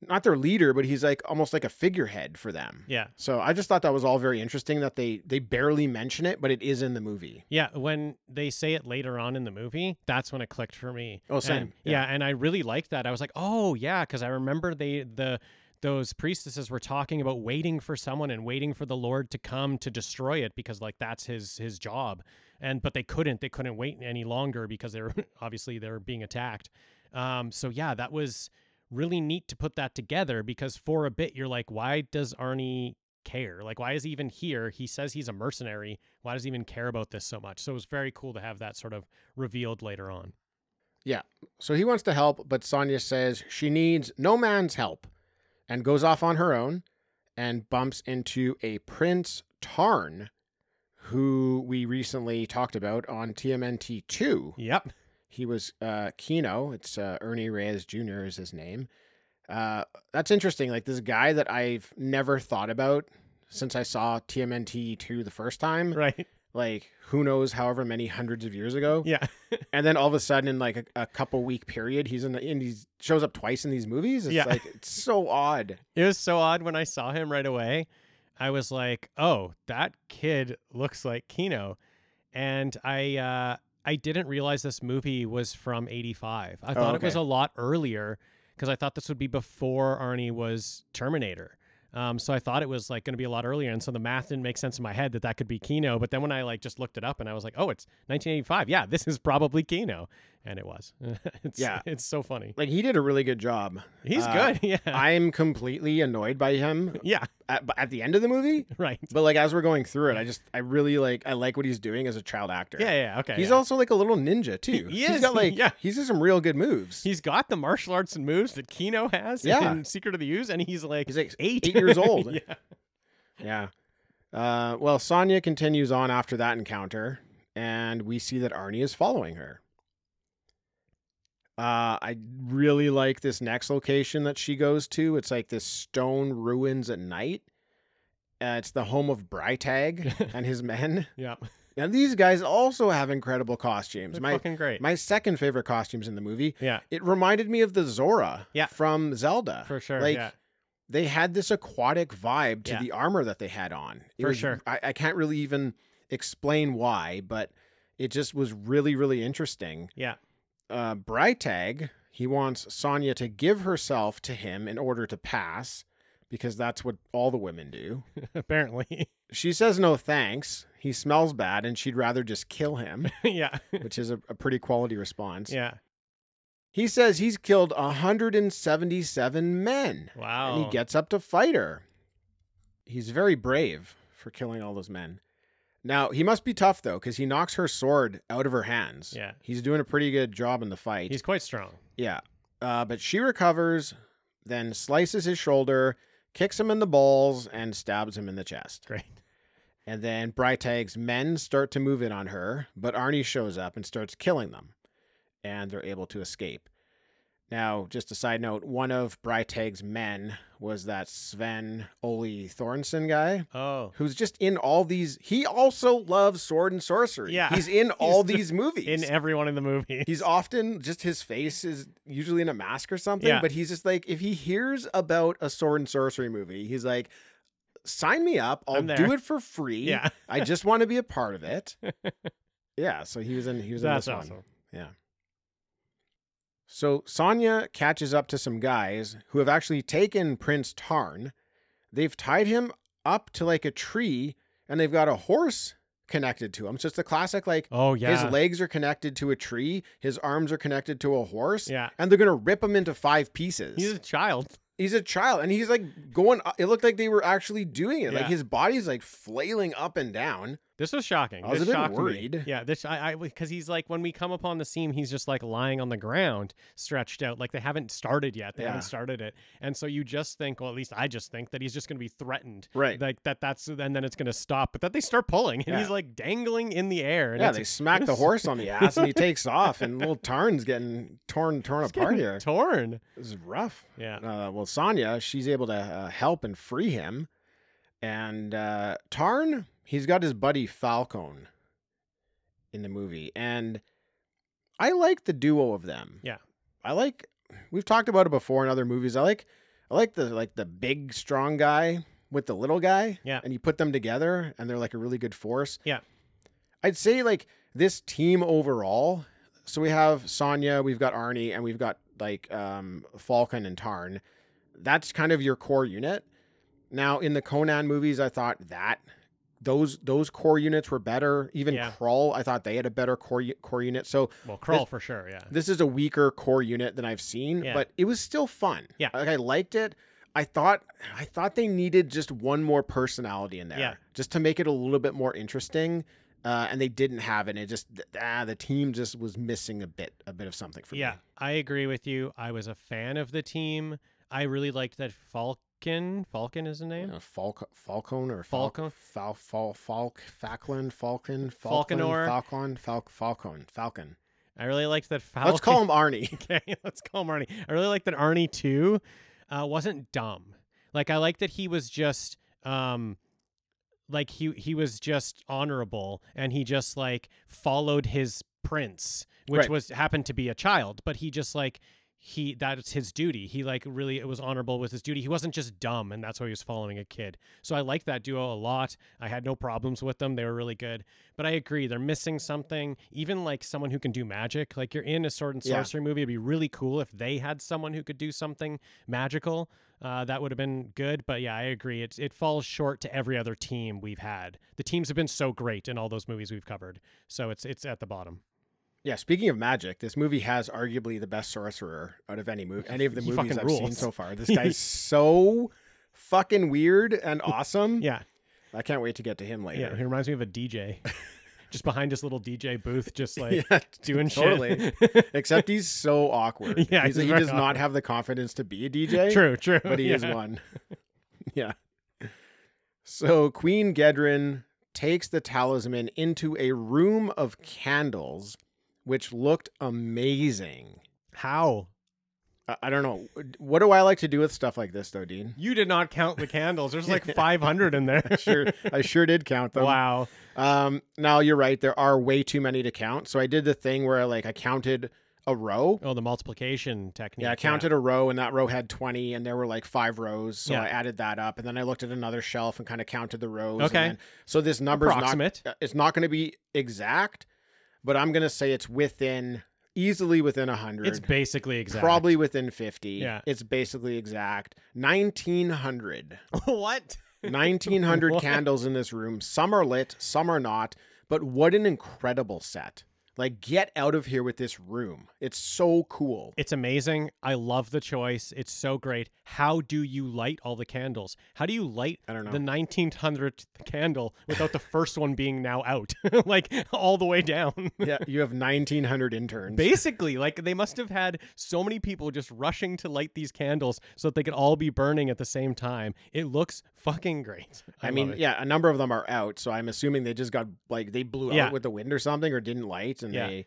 Speaker 4: not their leader, but he's like almost like a figurehead for them.
Speaker 5: yeah.
Speaker 4: So I just thought that was all very interesting that they they barely mention it, but it is in the movie.
Speaker 5: Yeah, when they say it later on in the movie, that's when it clicked for me.
Speaker 4: Oh,
Speaker 5: And-
Speaker 4: same,
Speaker 5: yeah. and I really liked that. I was like, oh yeah, because I remember they the those priestesses were talking about waiting for someone and waiting for the Lord to come to destroy it because like that's his his job. And but they couldn't they couldn't wait any longer because they were obviously they were being attacked. Um, so yeah, that was really neat to put that together because for a bit you're like, why does Arnie care? Like, why is he even here? He says he's a mercenary. Why does he even care about this so much? So it was very cool to have that sort of revealed later on.
Speaker 4: So he wants to help, but Sonya says she needs no man's help and goes off on her own and bumps into a Prince Tarn who we recently talked about on TMNT 2.
Speaker 5: Yep.
Speaker 4: He was uh, Kino. It's uh, Ernie Reyes Jr. is his name. Uh, that's interesting. Like this guy that I've never thought about since I saw TMNT 2 the first time.
Speaker 5: Right.
Speaker 4: Like who knows, however many hundreds of years ago.
Speaker 5: Yeah.
Speaker 4: And then all of a sudden, in like a, a couple week period, he's in the, and he shows up twice in these movies. It's
Speaker 5: Yeah.
Speaker 4: like it's so odd.
Speaker 5: It was so odd when I saw him right away. I was like, "Oh, that kid looks like Kino," and I uh, I didn't realize this movie was from '85. I thought it was
Speaker 4: Oh, okay.
Speaker 5: a lot earlier because I thought this would be before Arnie was Terminator. Um, so I thought it was like going to be a lot earlier, and so the math didn't make sense in my head that that could be Kino. But then when I like just looked it up, and I was like, "Oh, it's 1985. Yeah, this is probably Kino," and it was. it's,
Speaker 4: Yeah. Uh,
Speaker 5: it's so funny.
Speaker 4: Like he did a really good job.
Speaker 5: He's
Speaker 4: Uh,
Speaker 5: good. Yeah,
Speaker 4: I'm completely annoyed by him
Speaker 5: yeah,
Speaker 4: at, at the end of the movie,
Speaker 5: right.
Speaker 4: but like as we're going through it, I just I really like I like what he's doing as a child actor.
Speaker 5: Yeah, yeah, okay.
Speaker 4: He's
Speaker 5: yeah.
Speaker 4: also like a little ninja too.
Speaker 5: He
Speaker 4: He's
Speaker 5: is,
Speaker 4: got like
Speaker 5: yeah.
Speaker 4: he's got some real good moves.
Speaker 5: He's got the martial arts and moves that Kino has
Speaker 4: Yeah.
Speaker 5: in Secret of the Ooze, and he's like,
Speaker 4: He's like
Speaker 5: eight.
Speaker 4: eight years old.
Speaker 5: yeah.
Speaker 4: Yeah. Uh, well, Sonya continues on after that encounter, and we see that Arnie is following her. Uh, I really like this next location that she goes to. It's like this stone ruins at night. Uh, it's the home of Breitag and his men.
Speaker 5: Yeah.
Speaker 4: Now, these guys also have incredible costumes.
Speaker 5: They're
Speaker 4: My
Speaker 5: fucking great.
Speaker 4: my second favorite costumes in the movie.
Speaker 5: yeah,
Speaker 4: It reminded me of the Zora
Speaker 5: Yeah.
Speaker 4: from Zelda
Speaker 5: for sure.
Speaker 4: like
Speaker 5: yeah.
Speaker 4: they had this aquatic vibe to
Speaker 5: Yeah.
Speaker 4: the armor that they had on. It
Speaker 5: For
Speaker 4: was-
Speaker 5: sure.
Speaker 4: I, I can't really even explain why, but it just was really, really interesting.
Speaker 5: Yeah.
Speaker 4: Uh, Breitag, he wants Sonya to give herself to him in order to pass, because that's what all the women do.
Speaker 5: Apparently.
Speaker 4: She says no thanks. He smells bad and she'd rather just kill him,
Speaker 5: yeah.
Speaker 4: which is a, a pretty quality response.
Speaker 5: Yeah.
Speaker 4: He says he's killed 177 men.
Speaker 5: Wow.
Speaker 4: And he gets up to fight her. He's very brave for killing all those men. Now, he must be tough, though, because he knocks her sword out of her hands.
Speaker 5: Yeah.
Speaker 4: He's doing a pretty good job in the fight.
Speaker 5: He's quite strong.
Speaker 4: Yeah. Uh, but she recovers, then slices his shoulder, kicks him in the balls, and stabs him in the chest.
Speaker 5: Great.
Speaker 4: And then Breitag's men start to move in on her, but Arnie shows up and starts killing them, and they're able to escape. Now, just a side note, one of Breitag's men was that Sven Ole Thornson guy
Speaker 5: Oh.
Speaker 4: who's just in all these. He also loves sword and sorcery.
Speaker 5: Yeah.
Speaker 4: He's in all
Speaker 5: He's
Speaker 4: these movies.
Speaker 5: In everyone in the movie.
Speaker 4: He's often just his face is usually in a mask or something,
Speaker 5: Yeah.
Speaker 4: but he's just like if he hears about a sword and sorcery movie, he's like, "Sign me up! I'll
Speaker 5: I'm there."
Speaker 4: do it for free.
Speaker 5: Yeah.
Speaker 4: I just want to be a part of it." yeah, so he was in he was
Speaker 5: That's
Speaker 4: in this
Speaker 5: awesome.
Speaker 4: one. So Sonya catches up to some guys who have actually taken Prince Tarn. They've tied him up to like a tree, and they've got a horse connected to him. So it's the classic like
Speaker 5: Oh yeah.
Speaker 4: his legs are connected to a tree. His arms are connected to a horse.
Speaker 5: Yeah.
Speaker 4: And they're gonna rip him into five pieces.
Speaker 5: He's a child.
Speaker 4: He's uh, a child, and he's like going. It looked like they were actually doing it. Like
Speaker 5: Yeah.
Speaker 4: his body's like flailing up and down.
Speaker 5: This was shocking.
Speaker 4: I was
Speaker 5: this
Speaker 4: a bit
Speaker 5: shocked me.
Speaker 4: worried.
Speaker 5: Yeah, this I because he's like when we come upon the seam, he's just like lying on the ground, stretched out. Like they haven't started yet. They
Speaker 4: Yeah.
Speaker 5: haven't started it, and so you just think, well, at least I just think that he's just going to be threatened,
Speaker 4: Right.
Speaker 5: Like that. That's and then it's going to stop. But that they start pulling, and
Speaker 4: Yeah.
Speaker 5: he's like dangling in the air. And
Speaker 4: yeah,
Speaker 5: it's
Speaker 4: they smack the horse on the ass and he takes off, and little Tarn's getting torn torn
Speaker 5: it's
Speaker 4: apart
Speaker 5: getting
Speaker 4: here.
Speaker 5: torn.
Speaker 4: This is rough.
Speaker 5: Yeah.
Speaker 4: Uh, well, Sonya, she's able to uh, help and free him. And uh, Tarn, he's got his buddy Falcon in the movie. And I like the duo of them.
Speaker 5: Yeah.
Speaker 4: I like, we've talked about it before in other movies. I like, I like the, like the big strong guy with the little guy.
Speaker 5: Yeah.
Speaker 4: And you put them together and they're like a really good force.
Speaker 5: Yeah.
Speaker 4: I'd say like this team overall. So we have Sonya, we've got Arnie, and we've got like um, Falcon and Tarn. That's kind of your core unit. Now in the Conan movies, I thought that those those core units were better. Even
Speaker 5: Yeah.
Speaker 4: Crawl, I thought they had a better core u- core unit. So
Speaker 5: Well, crawl for sure. Yeah.
Speaker 4: this is a weaker core unit than I've seen,
Speaker 5: Yeah.
Speaker 4: but it was still fun.
Speaker 5: Yeah.
Speaker 4: like I liked it. I thought I thought they needed just one more personality in there,
Speaker 5: Yeah.
Speaker 4: just to make it a little bit more interesting. Uh, and they didn't have it. It just ah, the team just was missing a bit, a bit of something for
Speaker 5: yeah,
Speaker 4: me.
Speaker 5: I agree with you. I was a fan of the team. I really liked that Falcon. Falcon is the name.
Speaker 4: Uh, Falc- Falcon or Fal-
Speaker 5: Falcon?
Speaker 4: Fal- Fal- Falk, Falkland, Falcon, Falcon,
Speaker 5: Falconor.
Speaker 4: Falcon, Falcon, Falcon, Falcon.
Speaker 5: I really liked that Falcon.
Speaker 4: Let's call him Arnie.
Speaker 5: okay, let's call him Arnie. I really like that Arnie too uh, wasn't dumb. Like I like that he was just um, like he he was just honorable and he just like followed his prince, which
Speaker 4: Right.
Speaker 5: was happened to be a child, but he just like he that's his duty. He like really it was honorable with his duty. He wasn't just dumb and that's why he was following a kid. So I like that duo a lot. I had no problems with them. They were really good. But I agree, they're missing something. Even like someone who can do magic. Like you're in a sword and
Speaker 4: Yeah.
Speaker 5: sorcery movie. It'd be really cool if they had someone who could do something magical. Uh, that would have been good. But yeah, I agree. It it falls short to every other team we've had. The teams have been so great in all those movies we've covered. So it's it's at the bottom.
Speaker 4: Yeah, speaking of magic, this movie has arguably the best sorcerer out of any movie, any of the
Speaker 5: He
Speaker 4: movies
Speaker 5: fucking
Speaker 4: I've seen
Speaker 5: rules.
Speaker 4: so far. This guy's so fucking weird and awesome.
Speaker 5: Yeah,
Speaker 4: I can't wait to get to him
Speaker 5: yeah. He
Speaker 4: later.
Speaker 5: reminds me of a DJ, just behind his little DJ booth, just like doing
Speaker 4: totally.
Speaker 5: shit.
Speaker 4: Except he's so awkward.
Speaker 5: Yeah,
Speaker 4: He's-
Speaker 5: he's
Speaker 4: he
Speaker 5: very
Speaker 4: does not have the confidence to be a DJ.
Speaker 5: true, true.
Speaker 4: but he is
Speaker 5: Yeah.
Speaker 4: one. yeah. So Queen Gedrin takes the talisman into a room of candles, which looked amazing.
Speaker 5: How
Speaker 4: I, I don't know. What do I like to do with stuff like this, though, Dean?
Speaker 5: you did not count the candles? There's like 500 in there.
Speaker 4: Sure, I sure did count them.
Speaker 5: Wow.
Speaker 4: Um, now you're right. There are way too many to count. So I did the thing where like I counted a row.
Speaker 5: Oh, the multiplication technique.
Speaker 4: Yeah, I counted a row, and that row had twenty, and there were like five rows. So
Speaker 5: Yeah.
Speaker 4: I added that up, and then I looked at another shelf and kind of counted the rows. and
Speaker 5: Okay.
Speaker 4: then- so this number's
Speaker 5: Approximate.
Speaker 4: not. uh, It's not going to be exact, but I'm going to say it's within easily within a hundred.
Speaker 5: It's basically exact.
Speaker 4: Probably within 50.
Speaker 5: Yeah.
Speaker 4: It's basically exact. 1900.
Speaker 5: what?
Speaker 4: 1900
Speaker 5: What?
Speaker 4: candles in this room. Some are lit, some are not. But what an incredible set. Like, get out of here with this room. It's so cool.
Speaker 5: It's amazing. I love the choice. It's so great. How do you light all the candles? How do you light
Speaker 4: I don't know.
Speaker 5: the 1900th candle without the first one being now out? like all the way down.
Speaker 4: yeah, you have 1900 interns.
Speaker 5: Basically, like they must have had so many people just rushing to light these candles so that they could all be burning at the same time. It looks fucking great.
Speaker 4: I,
Speaker 5: love
Speaker 4: mean,
Speaker 5: it.
Speaker 4: yeah, a number of them are out, so I'm assuming they just got like they blew
Speaker 5: Yeah.
Speaker 4: out with the wind or something, or didn't light, and
Speaker 5: Yeah.
Speaker 4: they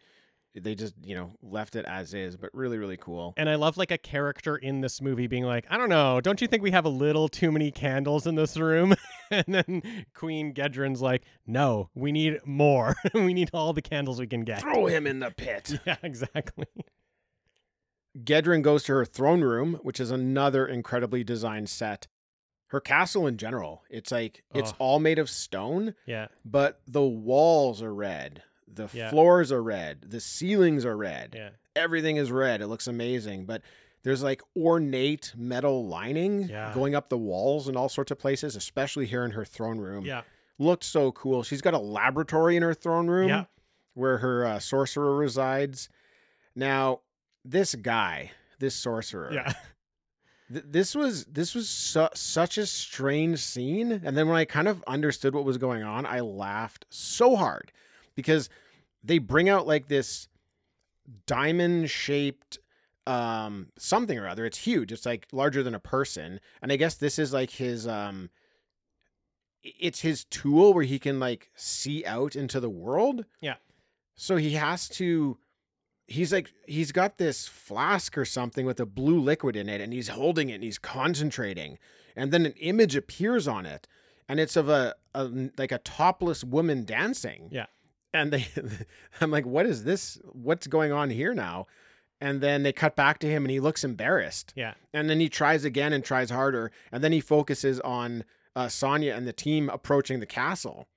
Speaker 4: they just you know left it as is. But really, really cool.
Speaker 5: And I love like a character in this movie being like, I don't know, don't you think we have a little too many candles in this room? and then Queen Gedrin's like, No, we need more. we need all the candles we can get.
Speaker 4: Throw him in the pit.
Speaker 5: Yeah, exactly.
Speaker 4: Gedrin goes to her throne room, which is another incredibly designed set. Her castle in general, it's like it's
Speaker 5: Oh.
Speaker 4: all made of stone,
Speaker 5: Yeah.
Speaker 4: but the walls are red, the
Speaker 5: Yeah.
Speaker 4: floors are red, the ceilings are red.
Speaker 5: Yeah.
Speaker 4: Everything is red. It looks amazing, but there's like ornate metal lining
Speaker 5: Yeah.
Speaker 4: going up the walls and all sorts of places, especially here in her throne room.
Speaker 5: Yeah.
Speaker 4: Looked so cool. She's got a laboratory in her throne room
Speaker 5: Yeah.
Speaker 4: where her uh, sorcerer resides. Now, this guy, this sorcerer,
Speaker 5: Yeah.
Speaker 4: Th- this was this was su- such a strange scene, and then when I kind of understood what was going on, I laughed so hard because they bring out like this diamond shaped um something or other it's huge it's like larger than a person and i guess this is like his um i- it's his tool where he can like see out into the world
Speaker 5: Yeah.
Speaker 4: so he has to he's like he's got this flask or something with a blue liquid in it and he's holding it and he's concentrating and then an image appears on it and it's of a, a like a topless woman dancing
Speaker 5: Yeah.
Speaker 4: and they i'm like what is this what's going on here now and then they cut back to him and he looks embarrassed
Speaker 5: Yeah.
Speaker 4: and then he tries again and tries harder and then he focuses on uh, sonya and the team approaching the castle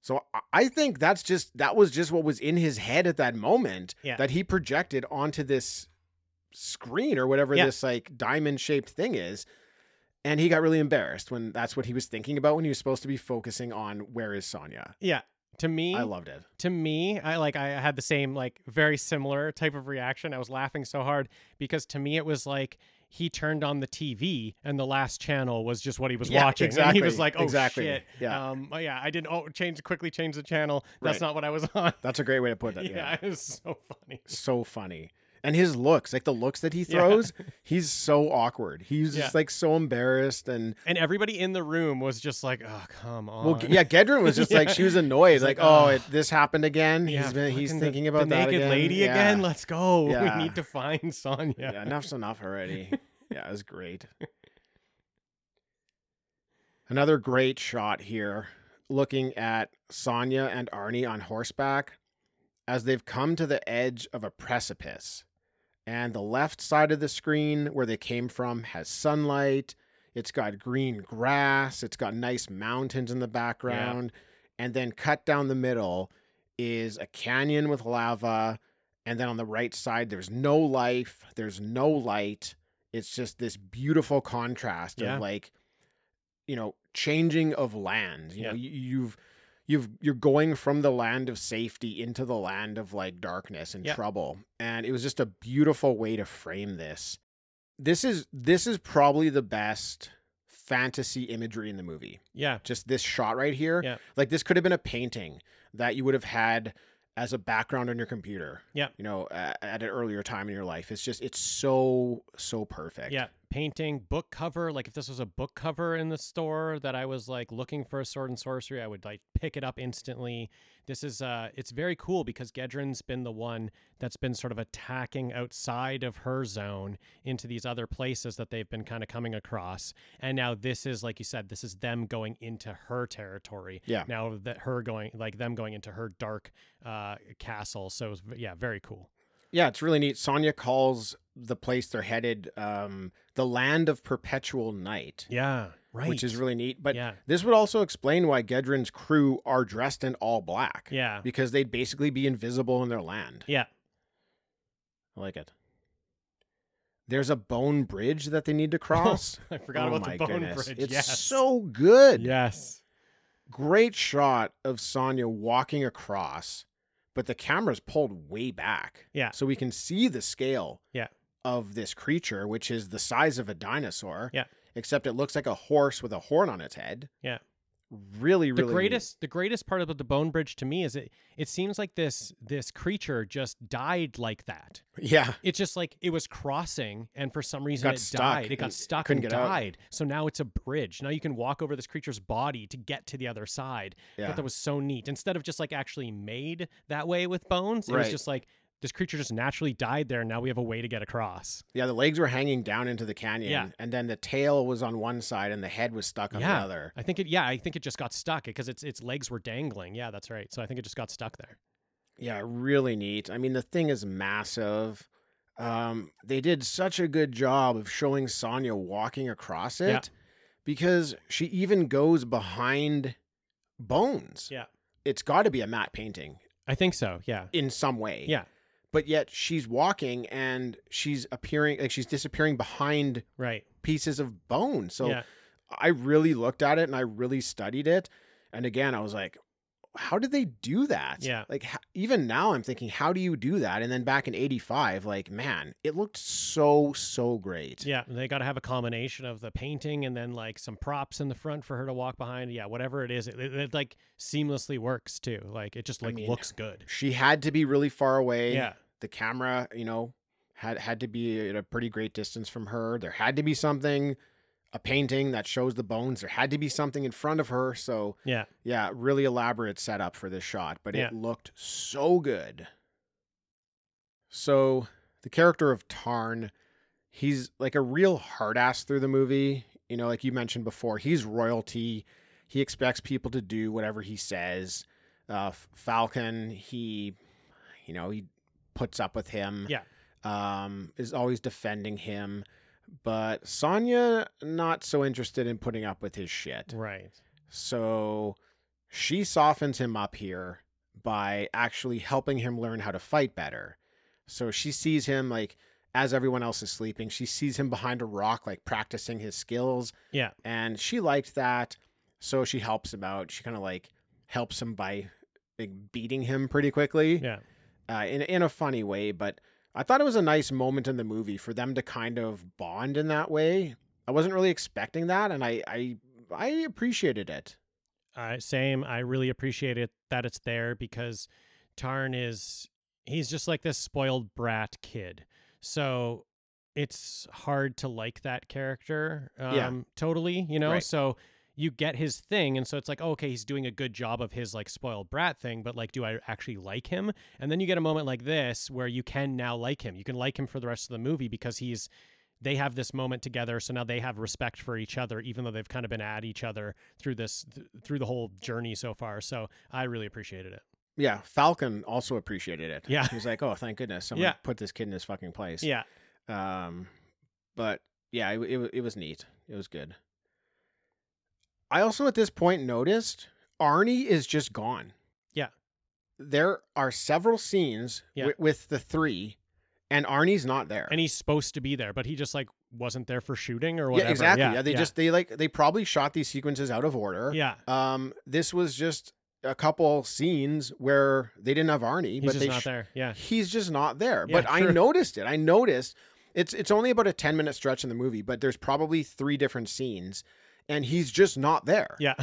Speaker 4: so I- i think that's just that was just what was in his head at that moment
Speaker 5: Yeah.
Speaker 4: that he projected onto this screen or whatever
Speaker 5: Yeah.
Speaker 4: this like diamond shaped thing is and he got really embarrassed when that's what he was thinking about when he was supposed to be focusing on where is sonya
Speaker 5: Yeah. To me,
Speaker 4: i loved it
Speaker 5: to me, I like I had the same like very similar type of reaction. I was laughing so hard because to me it was like he turned on the TV and the last channel was just what he was
Speaker 4: Yeah,
Speaker 5: watching. And he was
Speaker 4: exactly,
Speaker 5: like, "Oh
Speaker 4: exactly,
Speaker 5: shit!"
Speaker 4: yeah.
Speaker 5: um, oh, yeah. I didn't oh change quickly change the channel. That's
Speaker 4: Right.
Speaker 5: not what I was on.
Speaker 4: that's a great way to put that
Speaker 5: yeah,
Speaker 4: yeah.
Speaker 5: it was so funny.
Speaker 4: so funny. And his looks, like the looks that he
Speaker 5: Yeah.
Speaker 4: throws, he's so awkward. He's just
Speaker 5: Yeah.
Speaker 4: like so embarrassed and
Speaker 5: And everybody in the room was just like, "Oh, come on!"
Speaker 4: well, yeah, Gedrin was just like she was annoyed,
Speaker 5: He's
Speaker 4: like,
Speaker 5: like,
Speaker 4: oh,
Speaker 5: "Ugh."
Speaker 4: it, this happened again.
Speaker 5: Yeah,
Speaker 4: he's been he's
Speaker 5: fucking the-
Speaker 4: thinking
Speaker 5: the
Speaker 4: about that
Speaker 5: naked
Speaker 4: again.
Speaker 5: lady
Speaker 4: Yeah.
Speaker 5: again. Let's go.
Speaker 4: Yeah.
Speaker 5: We need to find Sonya.
Speaker 4: Yeah, enough's enough already. yeah, it was great. Another great shot here, looking at Sonya and Arnie on horseback as they've come to the edge of a precipice. And the left side of the screen where they came from has sunlight. It's got green grass. It's got nice mountains in the background. And then cut down the middle is a canyon with lava. And then on the right side, there's no life, there's no light. It's just this beautiful contrast
Speaker 5: Yeah.
Speaker 4: of like, you know, changing of land. You know,
Speaker 5: Yeah.
Speaker 4: you, you've you've you're going from the land of safety into the land of like darkness and
Speaker 5: Yeah.
Speaker 4: trouble. And it was just a beautiful way to frame this. This is this is probably the best fantasy imagery in the movie
Speaker 5: yeah.
Speaker 4: just this shot right here.
Speaker 5: Yeah.
Speaker 4: Like this could have been a painting that you would have had as a background on your computer.
Speaker 5: Yeah.
Speaker 4: You know, at, at an earlier time in your life. It's just it's so so perfect.
Speaker 5: Yeah, painting, book cover. Like if this was a book cover in the store that I was like looking for a sword and sorcery, I would like pick it up instantly. This is uh it's very cool because Gedrin's been the one that's been sort of attacking outside of her zone into these other places that they've been kind of coming across. And now this is like you said, this is them going into her territory.
Speaker 4: Yeah.
Speaker 5: Now that her going like them going into her dark uh castle. So it was, v- yeah, very cool.
Speaker 4: Yeah, it's really neat. Sonya calls the place they're headed um the land of perpetual night.
Speaker 5: Yeah. Right.
Speaker 4: Which is really neat. But
Speaker 5: Yeah.
Speaker 4: this would also explain why Gedrin's crew are dressed in all black.
Speaker 5: Yeah.
Speaker 4: Because they'd basically be invisible in their land.
Speaker 5: Yeah.
Speaker 4: I like it. There's a bone bridge that they need
Speaker 5: Oh,
Speaker 4: to cross.
Speaker 5: I forgot
Speaker 4: Oh
Speaker 5: about
Speaker 4: my
Speaker 5: the bone
Speaker 4: goodness.
Speaker 5: bridge.
Speaker 4: It's
Speaker 5: yes.
Speaker 4: so good.
Speaker 5: Yes.
Speaker 4: Great shot of Sonya walking across, but the camera's pulled way back.
Speaker 5: Yeah.
Speaker 4: So we can see the scale
Speaker 5: Yeah.
Speaker 4: of this creature, which is the size of a dinosaur.
Speaker 5: Yeah.
Speaker 4: Except it looks like a horse with a horn on its head.
Speaker 5: Yeah.
Speaker 4: Really, really
Speaker 5: The
Speaker 4: neat.
Speaker 5: greatest the greatest part about the bone bridge to me is it it seems like this this creature just died like that.
Speaker 4: Yeah.
Speaker 5: It's just like it was crossing and for some reason
Speaker 4: Got
Speaker 5: it
Speaker 4: stuck
Speaker 5: died. It got
Speaker 4: and
Speaker 5: stuck
Speaker 4: couldn't
Speaker 5: and
Speaker 4: get out.
Speaker 5: died. So now it's a bridge. Now you can walk over this creature's body to get to the other side. I
Speaker 4: Yeah.
Speaker 5: thought that was so neat. Instead of just like actually made that way with bones, it was
Speaker 4: Right.
Speaker 5: just like this creature just naturally died there and now we have a way to get across.
Speaker 4: Yeah, the legs were hanging down into the canyon,
Speaker 5: Yeah.
Speaker 4: and then the tail was on one side and the head was stuck on
Speaker 5: yeah.
Speaker 4: the other.
Speaker 5: I think it yeah, I think it just got stuck because its its legs were dangling. Yeah, that's right. So I think it just got stuck there.
Speaker 4: Yeah, really neat. I mean, the thing is massive. Um, they did such a good job of showing Sonya walking across it
Speaker 5: Yeah.
Speaker 4: because she even goes behind bones.
Speaker 5: Yeah.
Speaker 4: It's got to be a matte painting
Speaker 5: I think so. Yeah.
Speaker 4: in some way.
Speaker 5: Yeah.
Speaker 4: But yet she's walking and she's appearing, like she's disappearing behind
Speaker 5: Right.
Speaker 4: pieces of bone. So
Speaker 5: yeah.
Speaker 4: I really looked at it and I really studied it. And again, I was like, how did they do that?
Speaker 5: Yeah.
Speaker 4: Like h- even now I'm thinking how do you do that? And then back in 85 like man, it looked so so great.
Speaker 5: Yeah, they got to have a combination of the painting and then like some props in the front for her to walk behind. Yeah, whatever it is, it, it, it, like seamlessly works too. Like it just
Speaker 4: I
Speaker 5: like
Speaker 4: mean, eh.
Speaker 5: looks good.
Speaker 4: She had to be really far away.
Speaker 5: Yeah,
Speaker 4: The camera, you know, had had to be at a pretty great distance from her. There had to be something a painting that shows the bones. There had to be something in front of her. So
Speaker 5: yeah.
Speaker 4: yeah, really elaborate setup for this shot, but
Speaker 5: Yeah.
Speaker 4: it looked so good. So, the character of Tarn, he's like a real hard ass through the movie. You know, like you mentioned before, he's royalty. He expects people to do whatever he says. Uh, F- Falcon, he, you know, he puts up with him.
Speaker 5: Yeah.
Speaker 4: Um, is always defending him. But Sonya, not so interested in putting up with his shit.
Speaker 5: Right.
Speaker 4: So she softens him up here by actually helping him learn how to fight better. So she sees him like as everyone else is sleeping, she sees him behind a rock, like practicing his skills.
Speaker 5: Yeah.
Speaker 4: And she liked that. So she helps him out. She kind of like helps him by like beating him pretty quickly
Speaker 5: Yeah.
Speaker 4: uh, in in a funny way. But I thought it was a nice moment in the movie for them to kind of bond in that way. I wasn't really expecting that, and I I, I appreciated it.
Speaker 5: Uh, same. I really appreciate it that it's there because Tarn is he's just like this spoiled brat kid. So it's hard to like that character. Um
Speaker 4: Yeah.
Speaker 5: totally, you know.
Speaker 4: Right.
Speaker 5: So you get his thing and so it's like oh, okay he's doing a good job of his like spoiled brat thing but like do i actually like him and then you get a moment like this where you can now like him you can like him for the rest of the movie because he's they have this moment together so now they have respect for each other even though they've kind of been at each other through this th- through the whole journey so far so i really appreciated it
Speaker 4: Yeah, Falcon also appreciated it.
Speaker 5: Yeah.
Speaker 4: he was like, "Oh, thank goodness someone
Speaker 5: Yeah.
Speaker 4: put this kid in his fucking place."
Speaker 5: yeah
Speaker 4: Um, but yeah, it, it wa- it was neat. It was good. I also at this point noticed Arnie is just gone.
Speaker 5: Yeah.
Speaker 4: There are several scenes
Speaker 5: Yeah.
Speaker 4: wi- with the three, and Arnie's not there.
Speaker 5: and he's supposed to be there but he just like wasn't there for shooting or whatever
Speaker 4: Yeah, exactly.
Speaker 5: yeah,
Speaker 4: Yeah, they
Speaker 5: yeah.
Speaker 4: just they like they probably shot these sequences out of order.
Speaker 5: yeah
Speaker 4: Um, this was just a couple scenes where they didn't have Arnie,
Speaker 5: he's
Speaker 4: but
Speaker 5: just
Speaker 4: they
Speaker 5: not
Speaker 4: sh-
Speaker 5: there yeah
Speaker 4: he's just not there.
Speaker 5: Yeah,
Speaker 4: but
Speaker 5: true.
Speaker 4: I noticed it. I noticed it's it's only about a ten minute stretch in the movie, but there's probably three different scenes, and he's just not there.
Speaker 5: yeah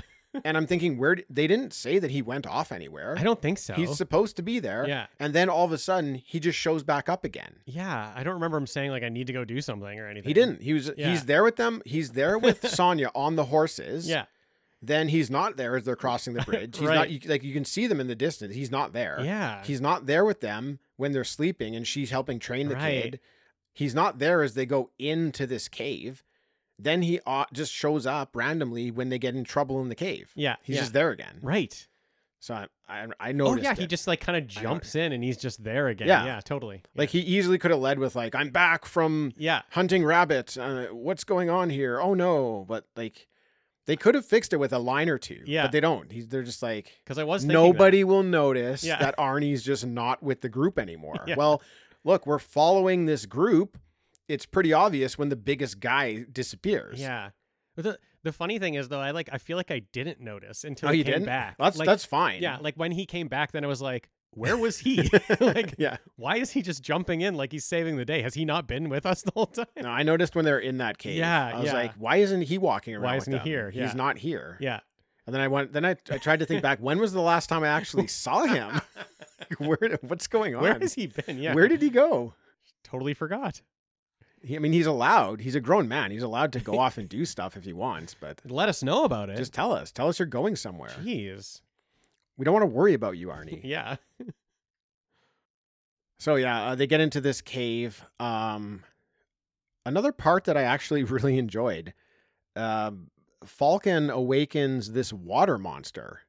Speaker 4: And I'm thinking, where d- they didn't say that he went off anywhere.
Speaker 5: i don't think so
Speaker 4: He's supposed to be there.
Speaker 5: yeah
Speaker 4: And then all of a sudden, he just shows back up again.
Speaker 5: yeah i don't remember him saying like i need to go do something or anything
Speaker 4: He didn't. He was
Speaker 5: Yeah.
Speaker 4: he's there with them. He's there with Sonya on the horses.
Speaker 5: yeah
Speaker 4: Then he's not there as they're crossing the bridge. He's
Speaker 5: Right.
Speaker 4: not you, like you can see them in the distance. He's not there.
Speaker 5: yeah
Speaker 4: He's not there with them when they're sleeping and she's helping train the
Speaker 5: Right.
Speaker 4: kid. He's not there as they go into this cave. Then he uh, just shows up randomly when they get in trouble in the cave.
Speaker 5: yeah
Speaker 4: He's
Speaker 5: yeah.
Speaker 4: just there again.
Speaker 5: right
Speaker 4: So I I, I
Speaker 5: oh
Speaker 4: noticed.
Speaker 5: yeah he
Speaker 4: it.
Speaker 5: just like kind of jumps in and he's just there again yeah,
Speaker 4: Yeah.
Speaker 5: totally
Speaker 4: like
Speaker 5: yeah.
Speaker 4: he easily could have led with like I'm back from
Speaker 5: yeah
Speaker 4: hunting rabbits. Uh, what's going on here? Oh no! But like they could have fixed it with a line or two.
Speaker 5: Yeah.
Speaker 4: but they don't. He's, they're just like
Speaker 5: because i was thinking that.
Speaker 4: nobody will notice
Speaker 5: Yeah.
Speaker 4: that Arnie's just not with the group anymore.
Speaker 5: Yeah.
Speaker 4: Well, look, we're following this group. It's pretty obvious when the biggest guy disappears.
Speaker 5: Yeah. But the the funny thing is though, I like I feel like I didn't notice until
Speaker 4: Oh,
Speaker 5: he
Speaker 4: you
Speaker 5: came
Speaker 4: didn't?
Speaker 5: back.
Speaker 4: That's
Speaker 5: like,
Speaker 4: that's fine.
Speaker 5: yeah, like when he came back, then I was like, where was he? like,
Speaker 4: yeah.
Speaker 5: why is he just jumping in like he's saving the day? Has he not been with us the whole time?
Speaker 4: No, I noticed when they're in that cave.
Speaker 5: Yeah,
Speaker 4: I was
Speaker 5: yeah.
Speaker 4: like, why isn't he walking around?
Speaker 5: Why
Speaker 4: with
Speaker 5: isn't he
Speaker 4: them?
Speaker 5: here? Yeah.
Speaker 4: He's not here.
Speaker 5: Yeah,
Speaker 4: And then I went. Then I, I tried to think back. When was the last time I actually saw him? Where? What's going on?
Speaker 5: where has he been? Yeah,
Speaker 4: Where did he go?
Speaker 5: totally forgot.
Speaker 4: He, I mean, he's allowed. He's a grown man. He's allowed to go off and do stuff if he wants. But
Speaker 5: Let us know about it.
Speaker 4: just tell us. Tell us you're going somewhere.
Speaker 5: Jeez.
Speaker 4: We don't want to worry about you, Arnie.
Speaker 5: Yeah.
Speaker 4: So yeah, uh, they get into this cave. Um, another part that I actually really enjoyed. Um, Falcon awakens this water monster.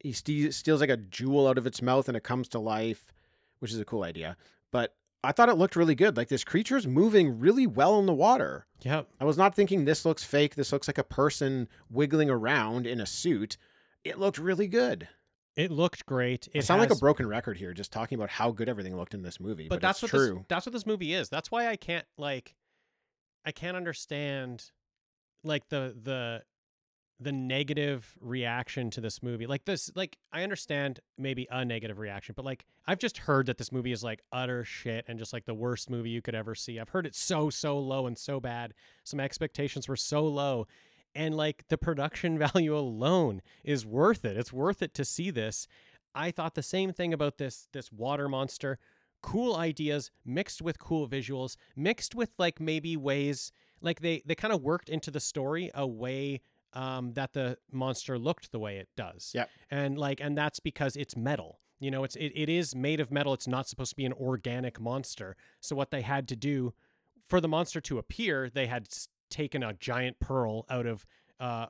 Speaker 4: He ste- steals like a jewel out of its mouth and it comes to life, which is a cool idea. But I thought it looked really good. Like this creature's moving really well in the water.
Speaker 5: Yep.
Speaker 4: I was not thinking this looks fake. This looks like a person wiggling around in a suit. It looked really good.
Speaker 5: It looked great. It
Speaker 4: I sound like
Speaker 5: has-
Speaker 4: a broken record here, just talking about how good everything looked in this movie. But,
Speaker 5: but, that's
Speaker 4: it's
Speaker 5: what
Speaker 4: true.
Speaker 5: This, that's what this movie is. That's why I can't like I can't understand like the the the negative reaction to this movie. Like this, like I understand maybe a negative reaction, but like I've just heard that this movie is like utter shit and just like the worst movie you could ever see. I've heard it so so low and so bad. Some expectations were so low, and like the production value alone is worth it. It's worth it to see this. I thought the same thing about this this water monster. Cool ideas mixed with cool visuals, mixed with like maybe ways like they they kind of worked into the story a way um, that the monster looked the way it does.
Speaker 4: Yep.
Speaker 5: And like, and that's because it's metal. You know, it's it, it is made of metal. It's not supposed to be an organic monster. So what they had to do for the monster to appear, they had s- taken a giant pearl out of uh,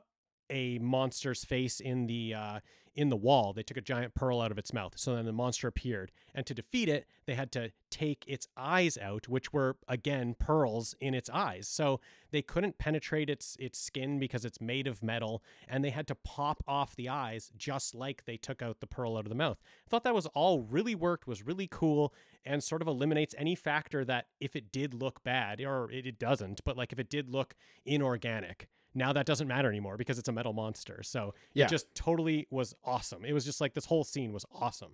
Speaker 5: a monster's face in the uh, in the wall. They took a giant pearl out of its mouth. So then the monster appeared, and to defeat it, they had to take its eyes out, which were again pearls in its eyes. So they couldn't penetrate its its skin because it's made of metal, and they had to pop off the eyes just like they took out the pearl out of the mouth. I thought that was all really worked, was really cool, and sort of eliminates any factor that if it did look bad, or it, it doesn't, but like if it did look inorganic, now that doesn't matter anymore because it's a metal monster. So
Speaker 4: Yeah.
Speaker 5: it just totally was awesome. It was just like this whole scene was awesome.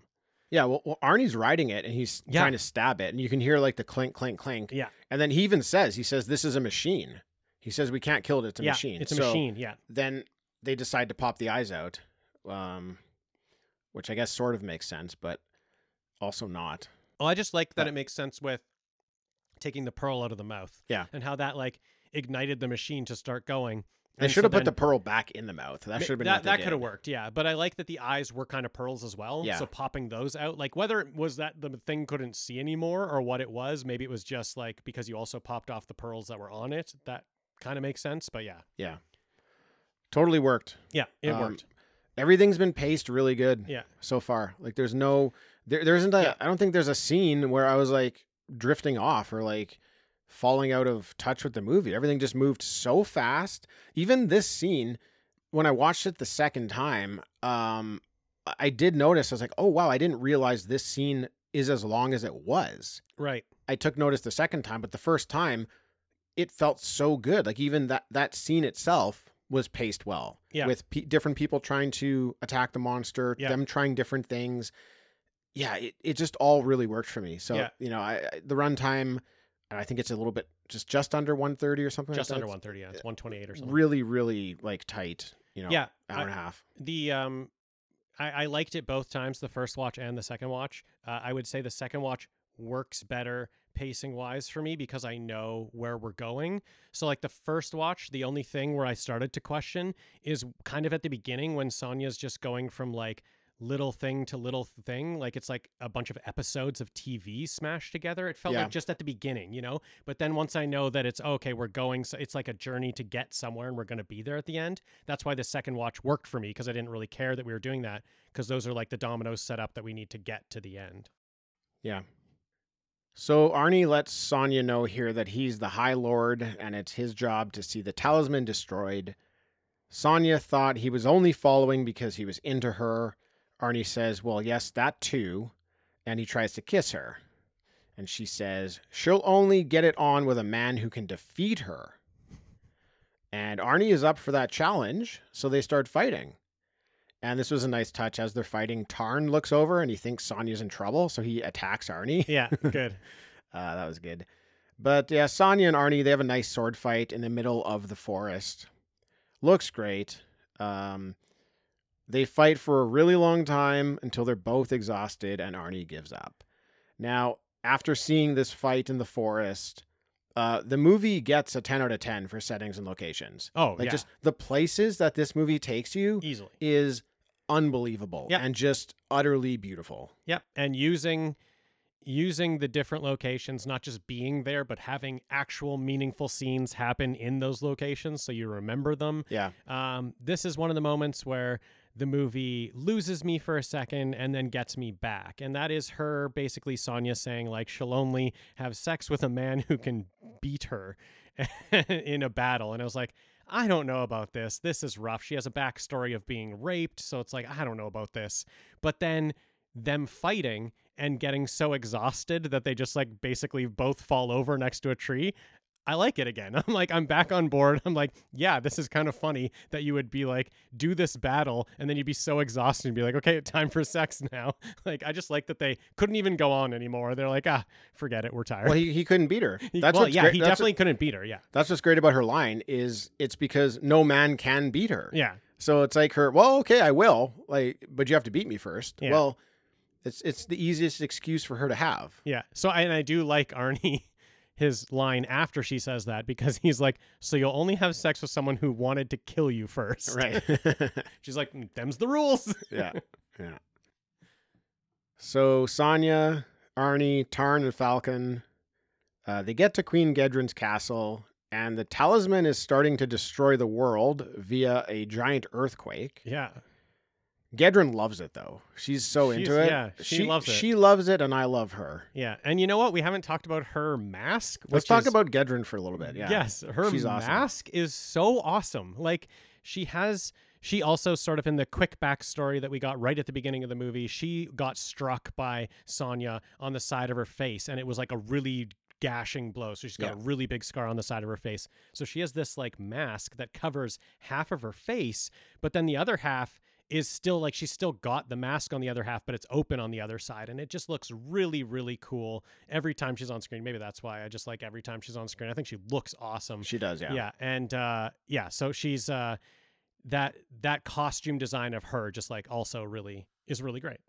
Speaker 4: Yeah, well, well Arnie's riding it and he's
Speaker 5: Yeah.
Speaker 4: trying to stab it, and you can hear like the clink, clink, clink.
Speaker 5: Yeah.
Speaker 4: And then he even says, he says, this is a machine. He says, we can't kill it. It's a
Speaker 5: yeah,
Speaker 4: machine.
Speaker 5: It's a
Speaker 4: So
Speaker 5: machine. Yeah.
Speaker 4: Then they decide to pop the eyes out, um, which I guess sort of makes sense, but also not.
Speaker 5: Well, I just like that
Speaker 4: But-
Speaker 5: it makes sense with taking the pearl out of the mouth.
Speaker 4: Yeah.
Speaker 5: And how that like ignited the machine to start going.
Speaker 4: They
Speaker 5: And
Speaker 4: should
Speaker 5: so
Speaker 4: have put the
Speaker 5: then-
Speaker 4: pearl back in the mouth. That
Speaker 5: Ma-
Speaker 4: should have been
Speaker 5: that,
Speaker 4: what they
Speaker 5: that could
Speaker 4: did.
Speaker 5: have worked, yeah. But I like that the eyes were kind of pearls as well.
Speaker 4: Yeah.
Speaker 5: So popping those out, like whether it was that the thing couldn't see anymore or what it was, maybe it was just like because you also popped off the pearls that were on it. That kind of makes sense. But yeah,
Speaker 4: Yeah. Totally worked.
Speaker 5: yeah, it
Speaker 4: Um,
Speaker 5: worked.
Speaker 4: Everything's been paced really good.
Speaker 5: Yeah.
Speaker 4: So far, like there's no, there, there isn't a.
Speaker 5: Yeah.
Speaker 4: I don't think there's a scene where I was like drifting off or like falling out of touch with the movie. Everything just moved so fast. Even this scene, when I watched it the second time, um, I- I did notice. I was like, oh wow, I didn't realize this scene is as long as it was.
Speaker 5: Right.
Speaker 4: I took notice the second time, but the first time it felt so good. Like even that that scene itself was paced well.
Speaker 5: Yeah.
Speaker 4: With pe different people trying to attack the monster,
Speaker 5: Yeah.
Speaker 4: them trying different things. Yeah, it, it just all really worked for me. So,
Speaker 5: Yeah.
Speaker 4: you know, I, I the runtime and I think it's a little bit just just under 130 or something
Speaker 5: Just
Speaker 4: like
Speaker 5: under
Speaker 4: that.
Speaker 5: 130. Yeah, it's 128 or
Speaker 4: It's
Speaker 5: something.
Speaker 4: Really really like tight, you know,
Speaker 5: yeah.
Speaker 4: hour
Speaker 5: I-
Speaker 4: and a half.
Speaker 5: the um I, I liked it both times the first watch and the second watch uh, i would say the second watch works better pacing wise for me because i know where we're going so like the first watch the only thing where i started to question is kind of at the beginning when sonya's just going from like little thing to little thing like it's like a bunch of episodes of tv smashed together it felt
Speaker 4: Yeah.
Speaker 5: like just at the beginning you know but then once i know that it's okay we're going so it's like a journey to get somewhere and we're going to be there at the end that's why the second watch worked for me because I didn't really care that we were doing that because those are like the dominoes set up that we need to get to the end.
Speaker 4: So Arnie lets Sonya know here that he's the High Lord and it's his job to see the talisman destroyed. Sonya thought he was only following because he was into her. Arnie says, Well, yes, that too. And he tries to kiss her. And she says, She'll only get it on with a man who can defeat her. And Arnie is up for that challenge, so they start fighting. And this was a nice touch as they're fighting. Tarn looks over and he thinks Sonya's in trouble, so he attacks Arnie.
Speaker 5: Yeah, good.
Speaker 4: Uh, that was good. But yeah, Sonya and Arnie, they have a nice sword fight in the middle of the forest. Looks great. Um, they fight for a really long time until they're both exhausted and Arnie gives up. Now, after seeing this fight in the forest, uh, the movie gets a 10 out of 10 for settings and locations.
Speaker 5: Oh,
Speaker 4: Like
Speaker 5: yeah,
Speaker 4: just the places that this movie takes you
Speaker 5: easily.
Speaker 4: is unbelievable
Speaker 5: Yeah.
Speaker 4: and just utterly beautiful.
Speaker 5: Yep, and using using the different locations, not just being there, but having actual meaningful scenes happen in those locations so you remember them.
Speaker 4: Yeah.
Speaker 5: Um, this is one of the moments where the movie loses me for a second and then gets me back. And that is her basically Sonya saying, like, she'll only have sex with a man who can beat her in a battle. And I was like, I don't know about this. This is rough. She has a backstory of being raped. So it's like, I don't know about this. But then them fighting and getting so exhausted that they just like basically both fall over next to a tree. I like it again. I'm like, I'm back on board. I'm like, yeah, this is kind of funny that you would be like, do this battle, and then you'd be so exhausted and be like, okay, time for sex now. Like, I just like that they couldn't even go on anymore. They're like, ah, forget it, we're tired.
Speaker 4: Well, he, he couldn't beat her.
Speaker 5: He-
Speaker 4: That's
Speaker 5: well,
Speaker 4: what's
Speaker 5: yeah,
Speaker 4: great.
Speaker 5: he
Speaker 4: that's what-
Speaker 5: definitely couldn't beat her. Yeah,
Speaker 4: that's what's great about her line is it's because no man can beat her.
Speaker 5: yeah,
Speaker 4: So it's like her, well, okay, I will, like, but you have to beat me first.
Speaker 5: Yeah.
Speaker 4: Well, it's it's the easiest excuse for her to have.
Speaker 5: yeah. So, I- and I do like Arnie. His line after she says that because he's like, so you'll only have sex with someone who wanted to kill you first.
Speaker 4: Right.
Speaker 5: She's like, "Mm, them's the rules.
Speaker 4: yeah. Yeah. So Sonya, Arnie, Tarn, and Falcon, uh, they get to Queen Gedrin's castle, and the talisman is starting to destroy the world via a giant earthquake.
Speaker 5: Yeah,
Speaker 4: Gedrin loves it though. She's so
Speaker 5: She's-
Speaker 4: into it.
Speaker 5: yeah, she loves it.
Speaker 4: She loves it, and I love her.
Speaker 5: yeah. And you know what? We haven't talked about her mask.
Speaker 4: Let's
Speaker 5: which
Speaker 4: talk
Speaker 5: is-
Speaker 4: about Gedrin for a little bit. Yeah.
Speaker 5: Yes, her
Speaker 4: She's awesome.
Speaker 5: mask is so awesome. Like she has she also sort of in the quick backstory that we got right at the beginning of the movie, she got struck by Sonya on the side of her face and it was like a really gashing blow. So she's got a really big scar on the side of her face. So she has this like mask that covers half of her face, but then the other half is still like she's still got the mask on the other half, but it's open on the other side. And it just looks really, really cool every time she's on screen. Maybe that's why I just like every time she's on screen. I think she looks awesome.
Speaker 4: She does. Yeah.
Speaker 5: yeah. And uh yeah, so she's uh that that costume design of her just like also really is really great.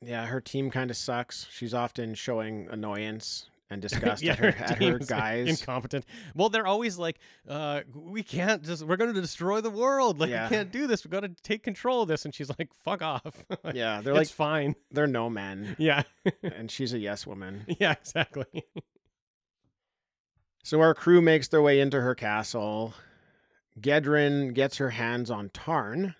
Speaker 4: Yeah, her team kind of sucks. She's often showing annoyance and disgust
Speaker 5: yeah,
Speaker 4: at her, at her
Speaker 5: team's
Speaker 4: guys.
Speaker 5: incompetent. Well, they're always like, uh, we can't just we're gonna destroy the world. Like
Speaker 4: Yeah.
Speaker 5: we can't do this. We gotta take control of this. And she's like, fuck off. Like,
Speaker 4: yeah, they're like
Speaker 5: it's fine.
Speaker 4: they're no men,
Speaker 5: Yeah.
Speaker 4: and she's a yes woman.
Speaker 5: Yeah, exactly.
Speaker 4: So our crew makes their way into her castle. Gedrin gets her hands on Tarn,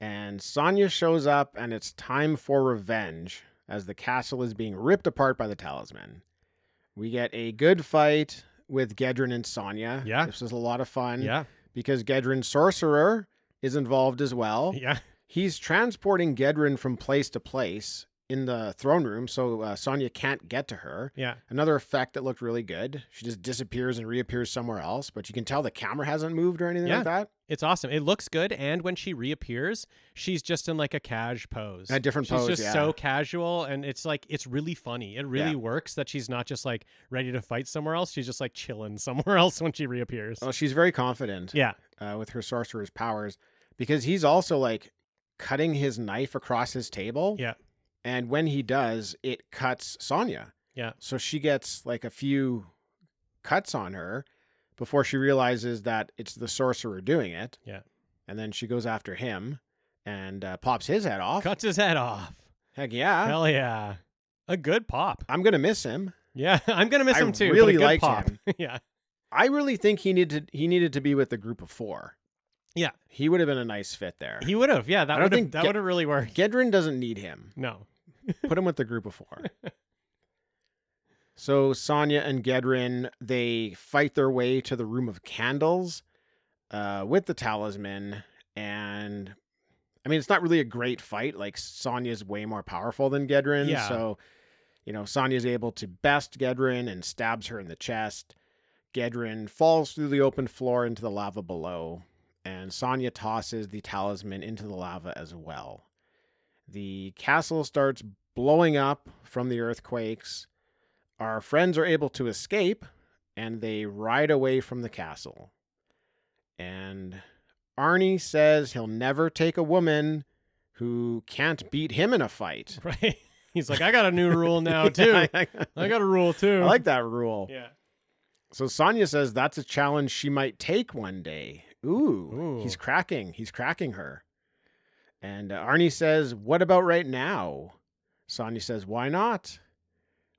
Speaker 4: and Sonya shows up, and it's time for revenge as the castle is being ripped apart by the talisman. We get a good fight with Gedrin and Sonya.
Speaker 5: Yeah.
Speaker 4: this is a lot of fun.
Speaker 5: yeah.
Speaker 4: because Gedrin Sorcerer is involved as well.
Speaker 5: Yeah.
Speaker 4: He's transporting Gedrin from place to place in the throne room, so uh, Sonya can't get to her.
Speaker 5: Yeah.
Speaker 4: Another effect that looked really good. She just disappears and reappears somewhere else, but you can tell the camera hasn't moved or anything
Speaker 5: Yeah.
Speaker 4: like that.
Speaker 5: It's awesome. It looks good, and when she reappears, she's just in like a cash pose.
Speaker 4: A different
Speaker 5: she's
Speaker 4: pose,
Speaker 5: just
Speaker 4: yeah.
Speaker 5: so casual, and it's like it's really funny. It really
Speaker 4: Yeah.
Speaker 5: works that she's not just like ready to fight somewhere else. She's just like chilling somewhere else when she reappears.
Speaker 4: Well, Oh, she's very confident
Speaker 5: yeah,
Speaker 4: uh, with her sorcerer's powers because he's also like cutting his knife across his table.
Speaker 5: Yeah.
Speaker 4: And when he does, it cuts Sonya.
Speaker 5: Yeah.
Speaker 4: So she gets like a few cuts on her before she realizes that it's the sorcerer doing it.
Speaker 5: Yeah.
Speaker 4: And then she goes after him and uh, pops his head off.
Speaker 5: cuts his head off.
Speaker 4: Heck yeah.
Speaker 5: Hell yeah, a good pop.
Speaker 4: I'm going to miss him.
Speaker 5: Yeah, I'm gonna miss
Speaker 4: I
Speaker 5: him too. but a
Speaker 4: really
Speaker 5: good
Speaker 4: liked
Speaker 5: pop.
Speaker 4: him.
Speaker 5: yeah,
Speaker 4: I really think he needed he needed to be with the group of 4.
Speaker 5: Yeah.
Speaker 4: He would have been a nice fit there.
Speaker 5: he would have. Yeah,
Speaker 4: I
Speaker 5: that
Speaker 4: don't
Speaker 5: would have
Speaker 4: think
Speaker 5: that
Speaker 4: Ge-
Speaker 5: would have really worked.
Speaker 4: Gedrin doesn't need him.
Speaker 5: No.
Speaker 4: Put him with the group of four. so Sonya and Gedrin they fight their way to the room of candles uh, with the talisman, and I mean it's not really a great fight. Like Sonya's way more powerful than Gedrin,
Speaker 5: Yeah.
Speaker 4: so you know Sonya's able to best Gedrin and stabs her in the chest. Gedrin falls through the open floor into the lava below, and Sonya tosses the talisman into the lava as well. The castle starts blowing up from the earthquakes. Our friends are able to escape and they ride away from the castle. And Arnie says he'll never take a woman who can't beat him in a fight.
Speaker 5: Right. He's like, I got a new rule now too.
Speaker 4: I,
Speaker 5: I got a rule too.
Speaker 4: like that rule.
Speaker 5: Yeah.
Speaker 4: So Sonya says that's a challenge she might take one day. Ooh,
Speaker 5: Ooh.
Speaker 4: he's cracking. He's cracking her. And uh, Arnie says, "What about right now?" Sonya says, "Why not?"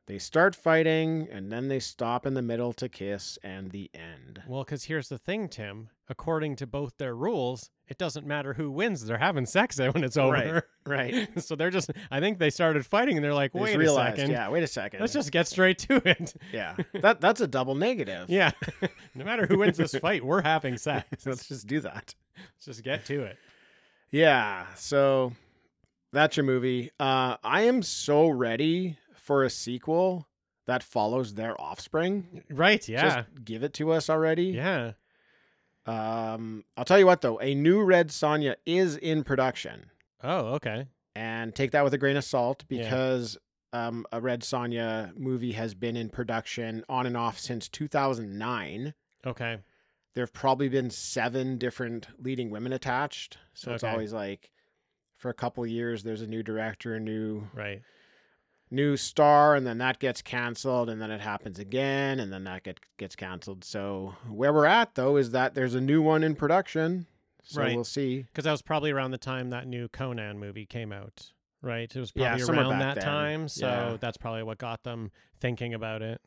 Speaker 4: They start fighting and then they stop in the middle to kiss and the end.
Speaker 5: Well, because here's the thing, Tim. According to both their rules, it doesn't matter who wins. They're having sex when it's
Speaker 4: Right,
Speaker 5: over.
Speaker 4: right.
Speaker 5: so they're just, I think they started fighting and they're like,
Speaker 4: They
Speaker 5: wait
Speaker 4: just
Speaker 5: a
Speaker 4: realized,
Speaker 5: second.
Speaker 4: Yeah, wait a second.
Speaker 5: Let's just get straight to it.
Speaker 4: yeah. That that's a double negative.
Speaker 5: Yeah. no matter who wins this fight, we're having sex.
Speaker 4: Let's just do that.
Speaker 5: Let's just get to it.
Speaker 4: Yeah, so that's your movie. Uh, I am so ready for a sequel. that follows their offspring.
Speaker 5: Right. Yeah.
Speaker 4: Just give it to us already.
Speaker 5: yeah.
Speaker 4: Um, I'll tell you what though, a new Red Sonja is in production,
Speaker 5: Oh, okay.
Speaker 4: and take that with a grain of salt
Speaker 5: Yeah.
Speaker 4: because um, a Red Sonja movie has been in production on and off since 2009.
Speaker 5: Okay.
Speaker 4: There have probably been seven different leading women attached, so it's
Speaker 5: Okay.
Speaker 4: always like for a couple years there's a new director, a new
Speaker 5: Right.
Speaker 4: new star and then that gets canceled and then it happens again and then that get, gets canceled so where we're at though is that there's a new one in production so
Speaker 5: Right.
Speaker 4: we'll see
Speaker 5: Because that was probably around the time that new Conan movie came out. Right. It was
Speaker 4: Yeah,
Speaker 5: probably
Speaker 4: somewhere
Speaker 5: around
Speaker 4: back
Speaker 5: that
Speaker 4: then.
Speaker 5: time. So
Speaker 4: Yeah.
Speaker 5: that's probably what got them thinking about it.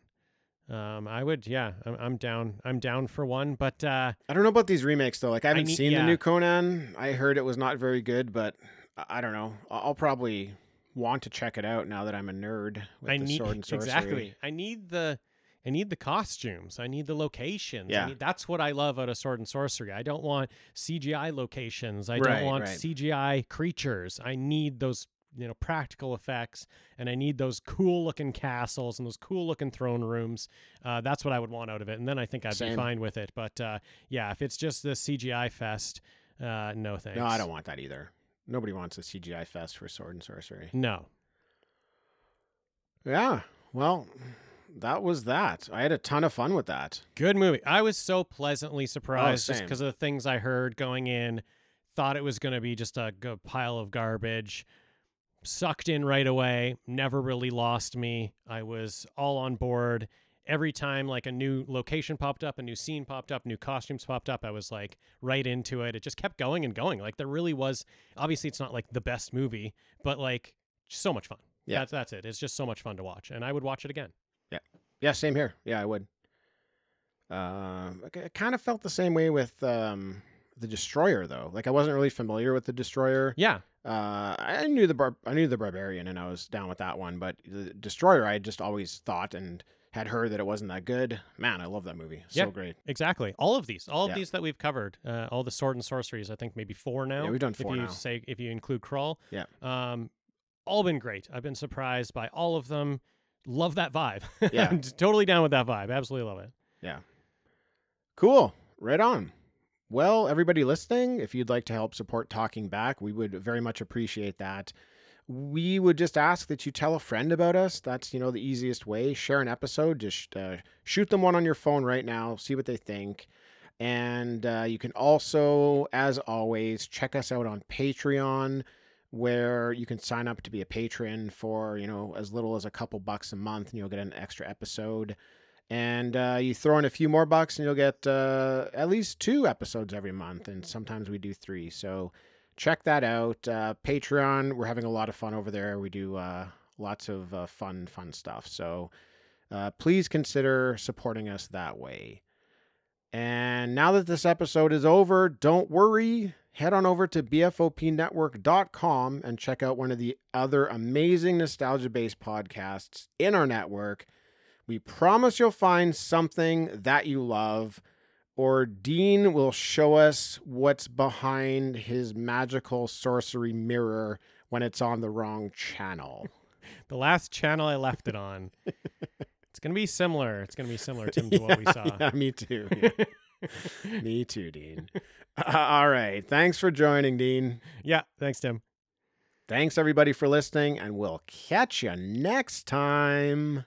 Speaker 5: Um, I would, yeah, I'm, I'm down. I'm down for one, but uh,
Speaker 4: i don't know about these remakes though like i haven't
Speaker 5: need-
Speaker 4: seen
Speaker 5: yeah.
Speaker 4: the new conan i heard it was not very good but i I don't know I- i'll probably want to check it out now that i'm a nerd with
Speaker 5: I
Speaker 4: the
Speaker 5: need
Speaker 4: sword and sorcery
Speaker 5: exactly. I need the I need the costumes. I need the locations. I
Speaker 4: Yeah.
Speaker 5: need, that's what I love out of Sword and Sorcery. I don't want CGI locations. I
Speaker 4: Right,
Speaker 5: don't want
Speaker 4: right.
Speaker 5: CGI creatures. I need those you know practical effects, and I need those cool looking castles and those cool looking throne rooms. Uh, that's what I would want out of it, and then I think I'd be
Speaker 4: Same.
Speaker 5: fine with it. But uh, yeah, if it's just this CGI fest, uh, no thanks.
Speaker 4: no i don't want that either nobody wants a cgi fest for sword and sorcery
Speaker 5: No.
Speaker 4: yeah well that was that i had a ton of fun with that
Speaker 5: Good movie. I was so pleasantly surprised just
Speaker 4: Oh, same.
Speaker 5: because of the things I heard going in. Thought it was going to be just a g- pile of garbage. Sucked in right away. Never really lost me. I was all on board. Every time like a new location popped up, a new scene popped up, new costumes popped up, I was like right into it. It just kept going and going. Like there really was. Obviously, it's not like the best movie, but like so much fun.
Speaker 4: Yeah.
Speaker 5: that's that's it. It's just so much fun to watch, and I would watch it again.
Speaker 4: Yeah, same here. Yeah, I would. Um, I, kind of felt the same way with um, the Destroyer, though. Like I wasn't really familiar with the Destroyer.
Speaker 5: Yeah,
Speaker 4: Uh, I knew the bar- I knew the Barbarian, and I was down with that one. But the Destroyer, I just always thought and had heard that it wasn't that good. Man, I love that movie. So
Speaker 5: Yeah.
Speaker 4: great.
Speaker 5: Exactly. All of these, all of
Speaker 4: Yeah.
Speaker 5: these that we've covered, uh, all the sword and sorceries. I think maybe four now.
Speaker 4: we've done
Speaker 5: If
Speaker 4: four
Speaker 5: you
Speaker 4: now.
Speaker 5: say if you include crawl,
Speaker 4: Yeah.
Speaker 5: Um, all been great. I've been surprised by all of them. Love that vibe.
Speaker 4: Yeah.
Speaker 5: I'm totally down with that vibe. Absolutely love it.
Speaker 4: Cool. Right on. Well, everybody listening, if you'd like to help support Talking Back, we would very much appreciate that. We would just ask that you tell a friend about us. That's, you know, the easiest way. Share an episode. Just uh, shoot them one on your phone right now. See what they think. And uh, you can also, as always, check us out on Patreon, where you can sign up to be a patron for, you know, as little as a couple bucks a month, and you'll get an extra episode and uh, you throw in a few more bucks and you'll get uh, at least two episodes every month and sometimes we do three so check that out uh, patreon we're having a lot of fun over there we do uh, lots of uh, fun fun stuff so uh, please consider supporting us that way and now that this episode is over don't worry head on over to bfopnetwork.com and check out one of the other amazing nostalgia based podcasts in our network we promise you'll find something that you love, or Dean will show us what's behind his magical sorcery mirror when it's on the wrong channel.
Speaker 5: The last channel I left it on. it's gonna be similar. It's gonna be similar, Tim, to what we saw.
Speaker 4: Yeah, me too. yeah. me too, Dean. Uh, all right. Thanks for joining, Dean.
Speaker 5: yeah. Thanks, Tim.
Speaker 4: Thanks, everybody, for listening, and we'll catch you next time.